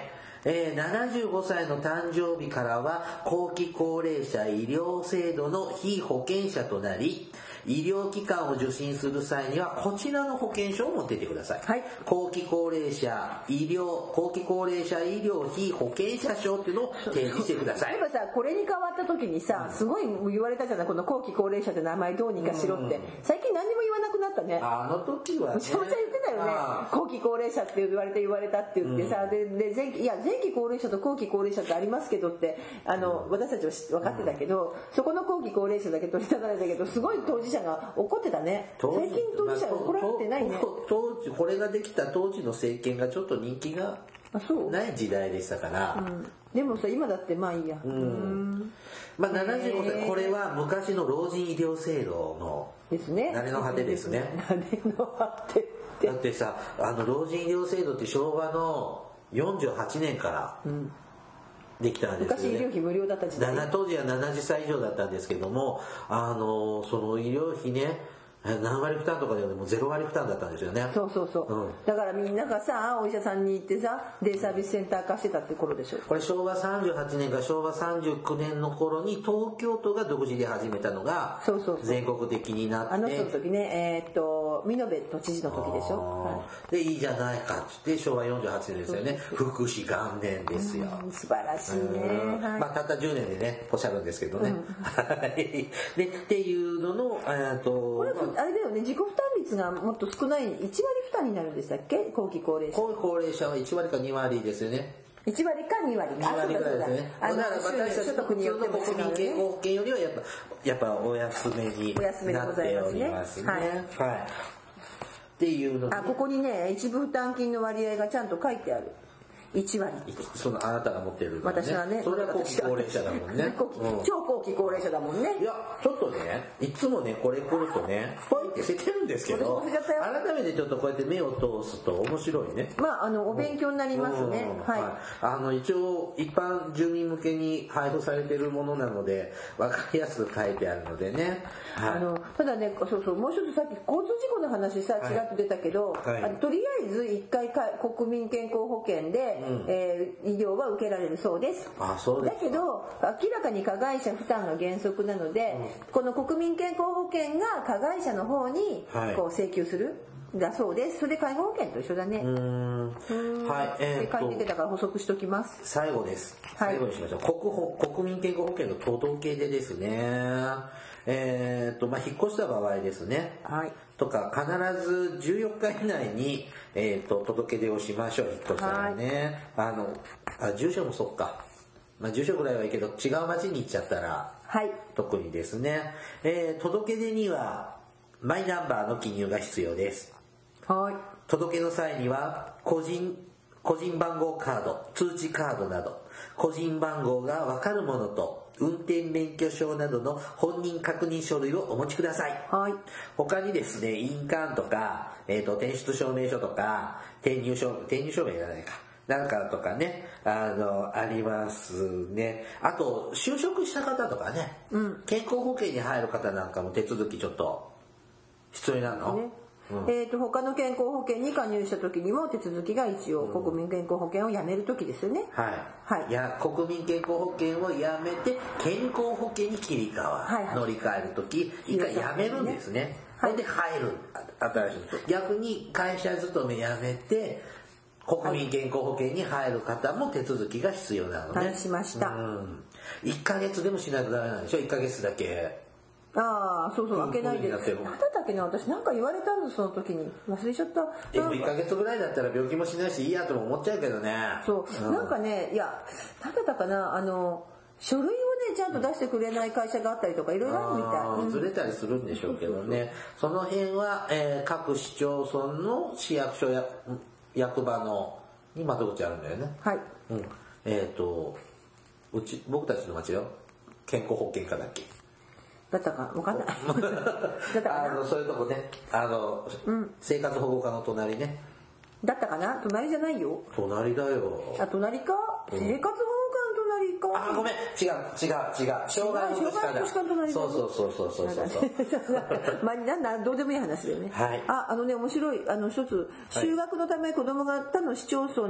[SPEAKER 1] えー、75歳の誕生日からは後期高齢者医療制度の非保険者となり、医療機関を受診する際にはこちらの保険証を持っていってください。
[SPEAKER 2] はい
[SPEAKER 1] 後期高齢者医療、後期高齢者医療非保険者証っていうのを提示してください
[SPEAKER 2] 例え。ばさこれに変わった時にさすごい言われたじゃないこの後期高齢者って名前どうにかしろって、最近何にも言わなくなったね
[SPEAKER 1] あの時はね。
[SPEAKER 2] めちゃめちゃ言ってたよね
[SPEAKER 1] あー
[SPEAKER 2] 後期高齢者って言われて言われたって言ってさ、でで前期いや前期高齢者と後期高齢者ってありますけどってあの私たちは知分かってたけど、そこの後期高齢者だけ取り立たないんだけどすごい当事者が怒ってたね
[SPEAKER 1] 当時
[SPEAKER 2] 最近当事者が怒られてないね
[SPEAKER 1] まあとと当時、これができた当時の政権がちょっと人気が
[SPEAKER 2] あそう、
[SPEAKER 1] ない時代でしたから、
[SPEAKER 2] うんでもさ今だってまあいいやうん
[SPEAKER 1] まあ、75
[SPEAKER 2] へ
[SPEAKER 1] 歳
[SPEAKER 2] ー
[SPEAKER 1] これは昔の老人医療制度の
[SPEAKER 2] ですね
[SPEAKER 1] 成れの果てですね
[SPEAKER 2] 成れの果てって
[SPEAKER 1] だってさあの老人医療制度って昭和の48年からできたんです
[SPEAKER 2] 昔
[SPEAKER 1] よ
[SPEAKER 2] 医療
[SPEAKER 1] ね、
[SPEAKER 2] 費無料だった時代
[SPEAKER 1] なな当時は70歳以上だったんですけどもあのその医療費ね何割負担とかでも0割負担だったんですよね
[SPEAKER 2] そうそうそう、
[SPEAKER 1] うん
[SPEAKER 2] だからみんながさお医者さんに行ってさデイサービスセンター化してたって頃でしょ
[SPEAKER 1] これ昭和38年か昭和39年の頃に東京都が独自で始めたのが
[SPEAKER 2] そうそうそう
[SPEAKER 1] 全国的になって
[SPEAKER 2] あの人の時ね、えーっと、見延都知事の時でしょ。
[SPEAKER 1] あーでいいじゃないかっつって昭和48年ですよね福祉元年ですよ、
[SPEAKER 2] うん素晴らしいね。
[SPEAKER 1] うん
[SPEAKER 2] はい
[SPEAKER 1] まあ、たった10年でねおっしゃるんですけどね、はいでっていうののえーと
[SPEAKER 2] これ、あ
[SPEAKER 1] まあ
[SPEAKER 2] れだよね、自己負担率がもっと少ない、1割負担になるんでしたっけ後期高齢者。
[SPEAKER 1] 高高齢者は1割か2割ですよね
[SPEAKER 2] 1割か2割
[SPEAKER 1] 2
[SPEAKER 2] か。
[SPEAKER 1] 割ぐらいですね
[SPEAKER 2] あ
[SPEAKER 1] だ
[SPEAKER 2] そうだ
[SPEAKER 1] から
[SPEAKER 2] そうだあの、
[SPEAKER 1] 私
[SPEAKER 2] 収
[SPEAKER 1] たち
[SPEAKER 2] 入所得によっても
[SPEAKER 1] 普通の国民健
[SPEAKER 2] 違う
[SPEAKER 1] 康
[SPEAKER 2] ね。
[SPEAKER 1] 保険よりはやっぱやっぱお安めに
[SPEAKER 2] お安めで
[SPEAKER 1] な
[SPEAKER 2] ご
[SPEAKER 1] っ
[SPEAKER 2] ざい
[SPEAKER 1] て
[SPEAKER 2] ま
[SPEAKER 1] お
[SPEAKER 2] すね
[SPEAKER 1] りますね
[SPEAKER 2] はい
[SPEAKER 1] はい、っていうの
[SPEAKER 2] あ、ここにね、一部負担金の割合がちゃんと書いてある。1割。
[SPEAKER 1] そのあなたが持ってるから
[SPEAKER 2] 私はね、
[SPEAKER 1] それは後期
[SPEAKER 2] 私は、
[SPEAKER 1] 高齢者だもんね
[SPEAKER 2] 後期
[SPEAKER 1] うん
[SPEAKER 2] 超後期高齢者だもんね。
[SPEAKER 1] いや、ちょっとね、いつもね、これ来るとね、ポイって捨ててるんですけど、
[SPEAKER 2] 私も捨てちゃった
[SPEAKER 1] 改めてちょっとこうやって目を通すと面白いね。
[SPEAKER 2] まあ、あの、お勉強になりますね
[SPEAKER 1] うん。
[SPEAKER 2] はい。
[SPEAKER 1] あの、一応、一般住民向けに配布されているものなので、わかりやすく書いてあるのでね。
[SPEAKER 2] あ
[SPEAKER 1] は
[SPEAKER 2] のただねそうそうもう一つさっき交通事故の話さ
[SPEAKER 1] い
[SPEAKER 2] ちらっと出たけど、
[SPEAKER 1] はい
[SPEAKER 2] あのとりあえず一回か国民健康保険で、えー医療は受けられるそうです。
[SPEAKER 1] あそうです
[SPEAKER 2] だけど明らかに加害者負担が原則なので、この国民健康保険が加害者の方に
[SPEAKER 1] はい
[SPEAKER 2] こう請求する。だそうです。それ介護保険と一緒だね。
[SPEAKER 1] い。うーん。はい、え
[SPEAKER 2] で書いて
[SPEAKER 1] ー、っ
[SPEAKER 2] き
[SPEAKER 1] と、
[SPEAKER 2] たから補足しときます。
[SPEAKER 1] 最後です。
[SPEAKER 2] はい
[SPEAKER 1] 最後にしましょう。国保、国民健康保険の届け出ですね。えーっと、まあ、引っ越した場合ですね。
[SPEAKER 2] はい。
[SPEAKER 1] とか必ず14日以内に、えー、と届け出をしましょう引っ越したらねあのあ住所もそっか、まあ、住所ぐらいはいいけど違う町に行っちゃったら
[SPEAKER 2] はい。
[SPEAKER 1] 特にですね、えー届け出にはマイナンバーの記入が必要です
[SPEAKER 2] はい。
[SPEAKER 1] 届けの際には個人個人番号カード通知カードなど個人番号が分かるものと運転免許証などの本人確認書類をお持ちください
[SPEAKER 2] はい。
[SPEAKER 1] 他にですね、印鑑とか、えっ、と、転出証明書とか、転入証、転入証明じゃないか。なんかとかね、あの、ありますね。あと、就職した方とかね、健康保険に入る方なんかも手続きちょっと必要になるの、
[SPEAKER 2] ねえー、と他の健康保険に加入した時にも手続きが一応国民健康保険をやめる時ですよね、
[SPEAKER 1] はい。
[SPEAKER 2] はい
[SPEAKER 1] や、国民健康保険をやめて、健康保険に切り替わる。
[SPEAKER 2] はいはい
[SPEAKER 1] 乗り換えるとき、一回やめるんですね。ほ
[SPEAKER 2] はい
[SPEAKER 1] んで入る。あ新しい。逆に会社勤めやめて、国民健康保険に入る方も手続きが必要なのね。
[SPEAKER 2] 話しました
[SPEAKER 1] うん。1ヶ月でもしないとダメなんでしょ ?1 ヶ月だけ。
[SPEAKER 2] ああそうそう開けないで
[SPEAKER 1] うん
[SPEAKER 2] な
[SPEAKER 1] こういうふうになっ
[SPEAKER 2] だってたっけな私なんか言われたのその時に忘れちゃった
[SPEAKER 1] で
[SPEAKER 2] な
[SPEAKER 1] も
[SPEAKER 2] んか
[SPEAKER 1] 1ヶ月ぐらいだったら病気もしないしいいやとも思っちゃうけどね。
[SPEAKER 2] そう、なんかね、いや、なんだったかな、あの、書類をね、ちゃんと出してくれない会社があったりとか、いろいろあるみたい。
[SPEAKER 1] あーずれたりするんでしょうけどね、その辺は、えー各市町村の市役所や役場のに窓口あるんだよね。
[SPEAKER 2] はい。
[SPEAKER 1] うん、えっ、とうち僕たちの町よ健康保険課だっけ
[SPEAKER 2] だったか、わかんない。だったか
[SPEAKER 1] あ
[SPEAKER 2] な
[SPEAKER 1] のそういうとこねあの、生活保護課の隣ね
[SPEAKER 2] だったかな隣じゃないよ。
[SPEAKER 1] 隣だよ
[SPEAKER 2] あ、隣か、
[SPEAKER 1] ん
[SPEAKER 2] 生活保護官隣か。
[SPEAKER 1] あごめん違う違う違う障害福祉課だ
[SPEAKER 2] 障害福祉課の隣だ
[SPEAKER 1] そうそうそうそうそうそうそう
[SPEAKER 2] まあ、なんなんどうでもいい話だよね。
[SPEAKER 1] はい
[SPEAKER 2] あ、あのね、面白い、あの、一つ、
[SPEAKER 1] はい
[SPEAKER 2] 就学のため子供が他の市町村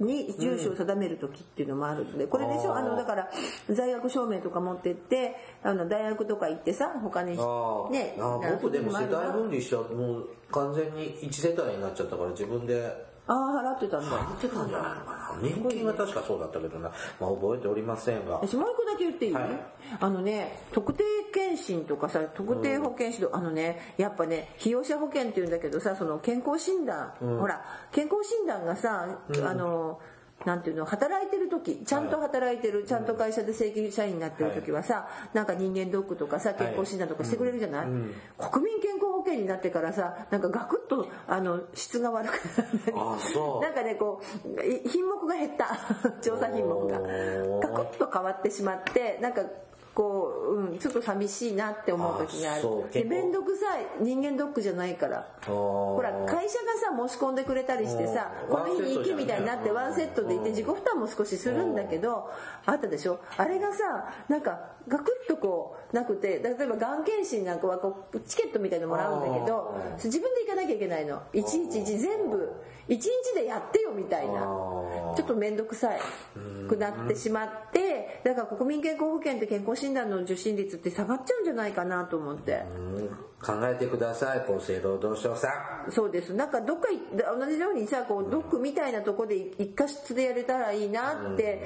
[SPEAKER 2] に住所を定める時っていうのもあるんで、これでしょ、
[SPEAKER 1] あー
[SPEAKER 2] あの、だから、在学証明とか持ってって、あの、大学とか行ってさ、他
[SPEAKER 1] あ、
[SPEAKER 2] に
[SPEAKER 1] ー
[SPEAKER 2] ね、
[SPEAKER 1] あー僕でも世帯分
[SPEAKER 2] 離。
[SPEAKER 1] 離しちゃうもう完全に一世帯になっちゃったから自分で
[SPEAKER 2] ああ、払ってたんだ。
[SPEAKER 1] 払ってたんじゃないのかな年金は確かそうだったけどな、まあ、覚えておりませ んが
[SPEAKER 2] 私もう一個だけ言っていい、
[SPEAKER 1] はい
[SPEAKER 2] あのね特定健診とかさ特定保険指導、あのねやっぱね被用者保険っていうんだけどさその健康診断、ほら健康診断がさ、あのなんていうの働いてる時ちゃんと働いてる、ちゃんと会社で正規社員になってる時はさ、なんか人間ドックとかさ健康診断とかしてくれるじゃない、国民健康保険になってからさなんかガクッとあの質が悪くなる
[SPEAKER 1] あそう
[SPEAKER 2] なんかねこうい品目が減 った調査品目が
[SPEAKER 1] おー
[SPEAKER 2] ガクッと変わってしまってなんかこう、うん、ちょっと寂しいなって思う時があ
[SPEAKER 1] あそう
[SPEAKER 2] るで
[SPEAKER 1] 結構
[SPEAKER 2] 面倒くさい人間ドックじゃないから
[SPEAKER 1] ほ
[SPEAKER 2] ほら会社がさ申し込んでくれたりしてさ
[SPEAKER 1] おー
[SPEAKER 2] この日に行きみたいになって
[SPEAKER 1] ワ
[SPEAKER 2] ワ
[SPEAKER 1] ン
[SPEAKER 2] ン
[SPEAKER 1] セ
[SPEAKER 2] セ
[SPEAKER 1] ッ
[SPEAKER 2] ッ
[SPEAKER 1] ト
[SPEAKER 2] ト
[SPEAKER 1] で
[SPEAKER 2] で
[SPEAKER 1] ね
[SPEAKER 2] いて自己負担も少しするんだけどあったでしょあれがさなんかガクッとこうなくて例えばがん検診なんかはこうチケットみたいなのもらうんだけど
[SPEAKER 1] あー
[SPEAKER 2] 自分で行かなきゃいけないのいちいち全部一日でやってよみたいな。ちょっと面倒くさいくなってしまってだから国民健康保険って健康診断の受診率って下がっちゃうんじゃないかなと思って
[SPEAKER 1] うん考えてください厚生労働省さん
[SPEAKER 2] そうですなんかどっかい同じようにさこうドックみたいなとこで一箇室でやれたらいいなって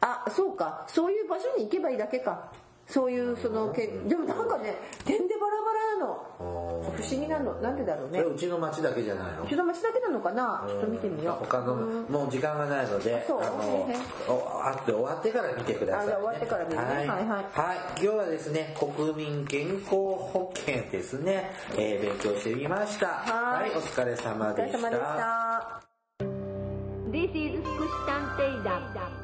[SPEAKER 2] あそうかそういう場所に行けばいいだけかそういうそのけでもなんかね点でバラバラなの
[SPEAKER 1] あー
[SPEAKER 2] 不思議なのなんでだろう
[SPEAKER 1] そ
[SPEAKER 2] ね
[SPEAKER 1] れうちの町だけじゃないの
[SPEAKER 2] うちの町だけなのかなちょっと見てみよう
[SPEAKER 1] 他のもう時間がないので
[SPEAKER 2] そう
[SPEAKER 1] の
[SPEAKER 2] ね
[SPEAKER 1] おあって終わってから見てください、ね、
[SPEAKER 2] あじゃあ終わってから見るね
[SPEAKER 1] はい
[SPEAKER 2] はいはい
[SPEAKER 1] はい今日はですね国民健康保険ですね、えー勉強してみました
[SPEAKER 2] はい
[SPEAKER 1] お疲れ様
[SPEAKER 2] お疲
[SPEAKER 1] で
[SPEAKER 2] れ様でした。
[SPEAKER 3] This is 福祉探偵団。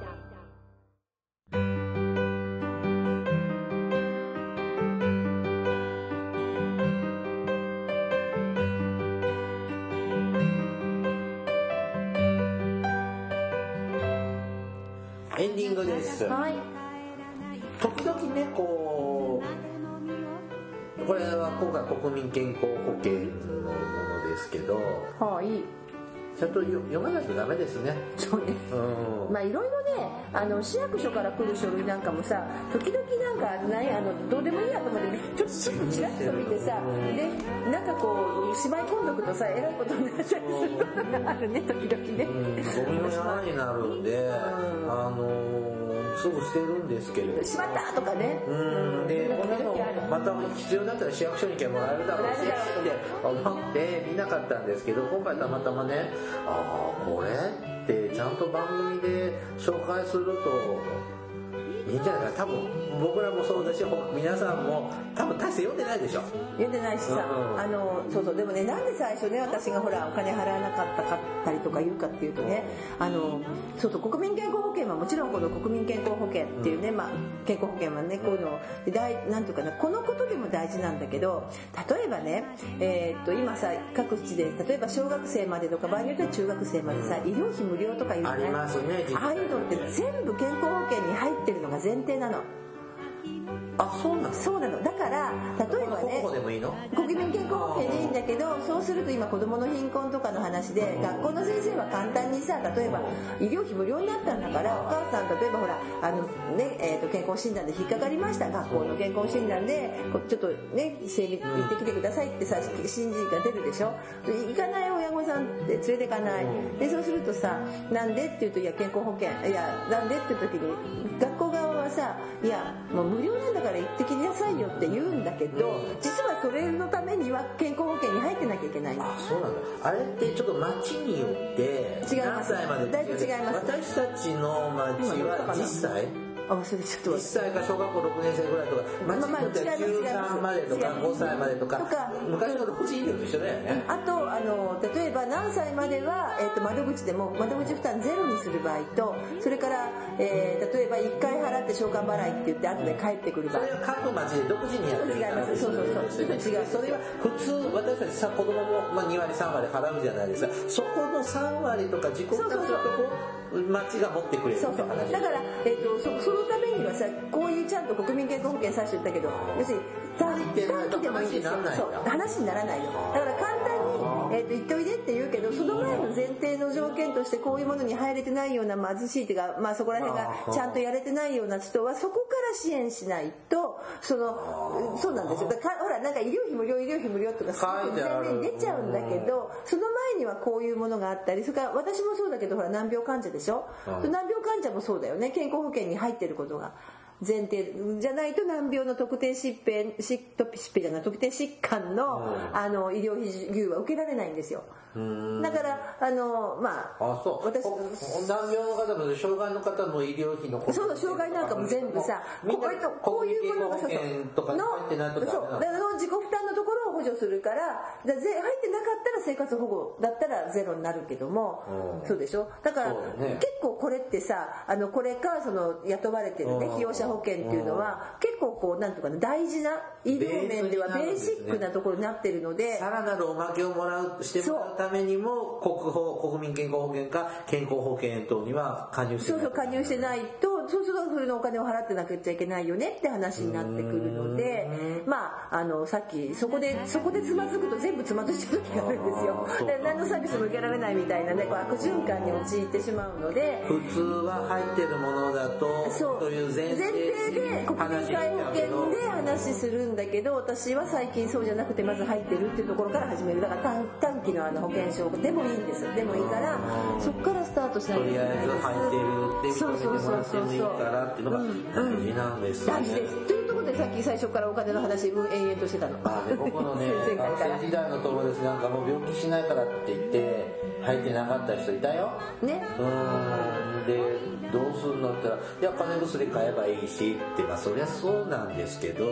[SPEAKER 1] エンディングです、
[SPEAKER 2] はい、
[SPEAKER 1] 時々ねこうこれは今回国民健康保険のものですけど
[SPEAKER 2] はい、
[SPEAKER 1] ちゃんとよ読まないとダメですね
[SPEAKER 2] そうね。
[SPEAKER 1] うん
[SPEAKER 2] まあいろいろね、あの市役所から来る書類なんかもさ、時々なんかないあのどうでもいいやと思ってちょちょっとちらっと見てさ、でなんかこうしまい込んどくとさ、えらいことになっちゃうがあるね時々ね。
[SPEAKER 1] ゴミの山になるんで、あのーすぐ捨てるんですけれど。
[SPEAKER 2] しまったとかね。
[SPEAKER 1] うん、で、こんなの、また必要だったら市役所に行けばもらえるだろうしって思って見なかったんですけど、今回たまたまね、ああ、これってちゃんと番組で紹介すると、いいんじゃないかな。多分、僕らもそうだし、ほ皆さんも多分大して読んでないでしょ。
[SPEAKER 2] 読んでないしさ、
[SPEAKER 1] うん
[SPEAKER 2] あのそうそうでもねなんで最初ね私がほらお金払わなかったかったりとか言うかっていうとねあのそうそう国民健康保険はもちろんこの国民健康保険っていうね、まあ、健康保険はねこういうので大なんていうかなこのことでも大事なんだけど例えばね、えーっと今さ各地で例えば小学生までとか場合によっては中学生までさ医療費無料とかいうの
[SPEAKER 1] あり
[SPEAKER 2] ね
[SPEAKER 1] ますね、
[SPEAKER 2] ああいうのって全部健康保険に入ってるのが前提なの。
[SPEAKER 1] あそうなの
[SPEAKER 2] そうなのだから例えば
[SPEAKER 1] こ
[SPEAKER 2] ね
[SPEAKER 1] こでもいいの
[SPEAKER 2] 国民健康保険でいいんだけどそうすると今子どもの貧困とかの話で学校の先生は簡単にさ例えば医療費無料になったんだからお母さん例えばほらあの、ねえーと健康診断で引っかかりました学校の健康診断でこうちょっとね精密行ってきてくださいってさ新人が出るでしょで行かない親御さんって連れてかないでそうするとさ「なんで?」って言うと「いや健康保険いやなんで?」って時に学校側はさ「いやもう無料なんだから行ってきなさいよ」って言うんだけど実はそれのためには健康保険に入ってなきゃいけない
[SPEAKER 1] あそうなんだあれってちょっと町によって
[SPEAKER 2] 違いま
[SPEAKER 1] 何
[SPEAKER 2] す
[SPEAKER 1] 歳まで
[SPEAKER 2] だいぶ違いま
[SPEAKER 1] 私
[SPEAKER 2] す
[SPEAKER 1] たちの町
[SPEAKER 2] 今どっか
[SPEAKER 1] は
[SPEAKER 2] かな
[SPEAKER 1] 10歳
[SPEAKER 2] あそれちょっと
[SPEAKER 1] 1歳か小学校6年生ぐらいとか
[SPEAKER 2] まあ
[SPEAKER 1] 町によっては
[SPEAKER 2] 違いま
[SPEAKER 1] 13まで
[SPEAKER 2] す違います
[SPEAKER 1] とか
[SPEAKER 2] 違います
[SPEAKER 1] 5歳までとか
[SPEAKER 2] とか
[SPEAKER 1] 昔の老人医療と一緒だよね
[SPEAKER 2] あとあの例えば何歳までは、えっと窓口でも窓口負担ゼロにする場合とそれから、えー例えば1回払って償還払いって言って後で帰ってくる
[SPEAKER 1] そ
[SPEAKER 2] 場合
[SPEAKER 1] れは各町で独自にやってるから
[SPEAKER 2] 違いますそうそうそう
[SPEAKER 1] ですよね
[SPEAKER 2] ちょっと違う
[SPEAKER 1] それは普通私たちさ子供もまあ2割3割払うじゃないですかそこの3割とか自己負担のとこ町が持ってくれるって
[SPEAKER 2] そう
[SPEAKER 1] 話
[SPEAKER 2] そうだから、えっとそそのためにはさこういうちゃんと国民健康保険最初言ったけど要するに短
[SPEAKER 1] て
[SPEAKER 2] 短期でもいいんですよ
[SPEAKER 1] 話にならないん
[SPEAKER 2] そ
[SPEAKER 1] だ
[SPEAKER 2] う話にならないよだから簡単に、えっと言っておいでって言うけどその前の前提の条件としてこういうものに入れてないような貧しいっていうか、まあ、そこら辺がちゃんとやれてないような人はそこから支援しないとそのうんそうなんですよだからかほらなんか医療費無料医療費無料とかすご
[SPEAKER 1] 書
[SPEAKER 2] く
[SPEAKER 1] いてある
[SPEAKER 2] 全然出ちゃうんだけどその前にはこういうものがあったりそれから私もそうだけどほら難病患者でし
[SPEAKER 1] は
[SPEAKER 2] ょ、
[SPEAKER 1] い
[SPEAKER 2] 難病患者もそうだよね健康保険に入ってることが前提じゃないと難病の特定疾病疾と疾病じゃない特定疾患の,、あの医療費受給は受けられないんですよだからあのまあ
[SPEAKER 1] あそう
[SPEAKER 2] 私
[SPEAKER 1] おお難病の方も障害の方の医療費のこと
[SPEAKER 2] そう障害なんかも全部さ
[SPEAKER 1] み
[SPEAKER 2] こ
[SPEAKER 1] んな
[SPEAKER 2] ういうとこういうものがさ
[SPEAKER 1] 国民健康保険とかに入ってないとダメな
[SPEAKER 2] そう
[SPEAKER 1] の
[SPEAKER 2] だから自己負担のところを補助するからだからぜ入ってなかったら生活保護だったらゼロになるけども、
[SPEAKER 1] うん
[SPEAKER 2] そうでしょだから
[SPEAKER 1] そうだよね
[SPEAKER 2] 結構これってさあのこれかその雇われてるね
[SPEAKER 1] うん
[SPEAKER 2] 被用者保険っていうのは結構こうなんとかね大事な医療面ではベ
[SPEAKER 1] ベー
[SPEAKER 2] ーシ
[SPEAKER 1] ス
[SPEAKER 2] ッ
[SPEAKER 1] になるんですね
[SPEAKER 2] クなところになってるので
[SPEAKER 1] さらなるおまけをもらうしてもらうためにも国保国民健康保険か健康保険等には加入して
[SPEAKER 2] そう
[SPEAKER 1] ない
[SPEAKER 2] そう加入してないとそうするとそれのお金を払ってなくちゃいけないよねって話になってくるのでまああのさっきそこでそこでつまずくと全部つまずいちゃう時があるんですよ
[SPEAKER 1] あーそうか
[SPEAKER 2] で何のサービスも受けられないみたいなねこう悪循環に陥ってしまうので
[SPEAKER 1] 普通は入ってるものだと
[SPEAKER 2] そう
[SPEAKER 1] という前提してたけど
[SPEAKER 2] で国民皆保険で話するんだけど私は最近そうじゃなくてまず入ってるっていうところから始めるだから短短期のあの保険証でもいいんですよでもいいからそこからスタートしない
[SPEAKER 1] と
[SPEAKER 2] といけ
[SPEAKER 1] りあ
[SPEAKER 2] ない
[SPEAKER 1] えず
[SPEAKER 2] です
[SPEAKER 1] 入ってるって
[SPEAKER 2] そ
[SPEAKER 1] 認
[SPEAKER 2] う
[SPEAKER 1] めても
[SPEAKER 2] そうそ
[SPEAKER 1] らっ
[SPEAKER 2] う
[SPEAKER 1] て
[SPEAKER 2] そう
[SPEAKER 1] もいいからっていうのが大事なんですよ
[SPEAKER 2] 大
[SPEAKER 1] ね
[SPEAKER 2] 事です。というところでさっき最初からお金の話うん延々としてたの。
[SPEAKER 1] まあね、僕 のね
[SPEAKER 2] 先生
[SPEAKER 1] 学
[SPEAKER 2] から
[SPEAKER 1] 生時代の友達なんかもう病気しないからって言って入ってなかった人いたよ
[SPEAKER 2] ね。
[SPEAKER 1] うーんでどうするのって言ったら「いや金薬買えばいいし」ってまあそりゃそうなんですけど、大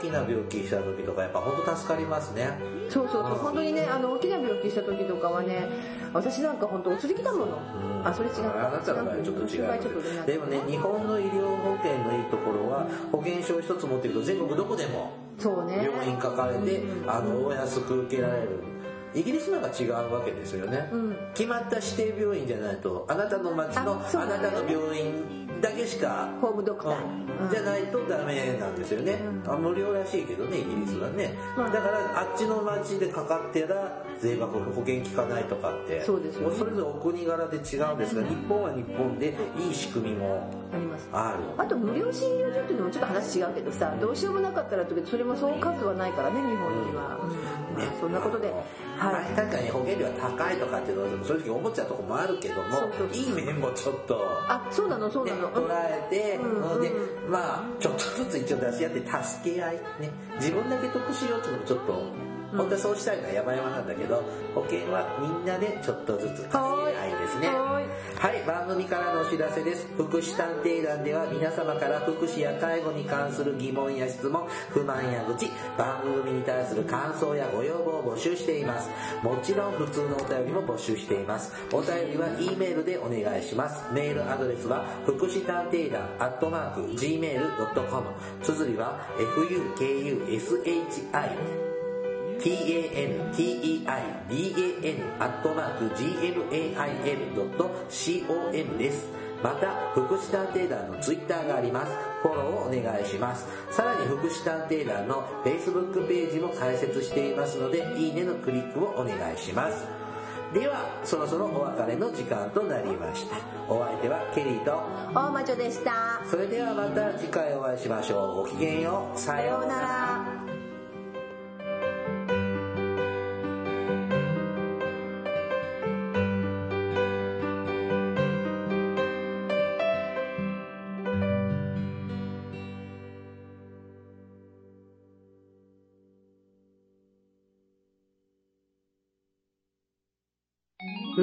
[SPEAKER 1] きな病気した時とかやっぱ本当助かりますね
[SPEAKER 2] そうそうそう本当にねあの大きな病気した時とかはね私なんか本当お釣り来たもの。あそれ違う
[SPEAKER 1] あなたの場合ちょっと違うでもね日本の医療保険のいいところは保険証一つ持ってると全国どこでも
[SPEAKER 2] そうね。
[SPEAKER 1] 病院抱えて、あのお安く受けられるイギリスなんか違うわけですよね、
[SPEAKER 2] ん
[SPEAKER 1] 決まった指定病院じゃないとあなたの町の
[SPEAKER 2] あ
[SPEAKER 1] あ
[SPEAKER 2] そう
[SPEAKER 1] なたの病院だけしか
[SPEAKER 2] ホームドクター。うん
[SPEAKER 1] じゃないとダメなんですよね、あ無料らしいけどねイギリスはね、
[SPEAKER 2] まあ
[SPEAKER 1] だからあっちの町でかかってら税額保険効かないとかって
[SPEAKER 2] そうですよね
[SPEAKER 1] もそれぞれお国柄で違うんですが日本は日本でいい仕組みも
[SPEAKER 2] あります。
[SPEAKER 1] ある
[SPEAKER 2] あと無料診療所っていうのもちょっと話違うけどさどうしようもなかったらってそれもそう数はないからね日本には、うんまあそんなことで、
[SPEAKER 1] あの
[SPEAKER 2] はい、
[SPEAKER 1] 確かに保険料は高いとかっていうのは正直思っちゃうとこもあるけども
[SPEAKER 2] そうそう
[SPEAKER 1] いい面もちょっと、
[SPEAKER 2] あそうなのそう
[SPEAKER 1] ね、
[SPEAKER 2] なの、
[SPEAKER 1] 捉えて、
[SPEAKER 2] うん
[SPEAKER 1] でまあちょっとずつ一応出し合って助け合いね自分だけ得しようっていうのもちょっと、本当はそうしたいのは山々なんだけど保険はみんなでちょっとずつ助け合いですね
[SPEAKER 2] はーい
[SPEAKER 1] はい、番組からのお知らせです。福祉探偵団では皆様から福祉や介護に関する疑問や質問、不満や愚痴、番組に対する感想やご要望を募集しています。もちろん普通のお便りも募集しています。お便りは E メールでお願いします。メールアドレスは福祉探偵団アットマーク Gmail.com。綴りは fukushi tanteidan アットマーク gmail.com です。また福祉探偵団の Twitter がありますフォローをお願いしますさらに福祉探偵団の Facebook ページも開設していますのでいいねのクリックをお願いしますではそろそろお別れの時間となりましたお相手はケリーと
[SPEAKER 2] 大魔女でした
[SPEAKER 1] それではまた次回お会いしましょうごきげんようさ
[SPEAKER 2] さ
[SPEAKER 1] よ
[SPEAKER 2] よ
[SPEAKER 1] う
[SPEAKER 2] う
[SPEAKER 1] な
[SPEAKER 2] な
[SPEAKER 1] ら
[SPEAKER 2] ら
[SPEAKER 4] 福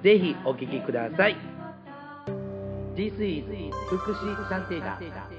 [SPEAKER 3] す
[SPEAKER 5] ぜひお聞きください This is 福祉探偵団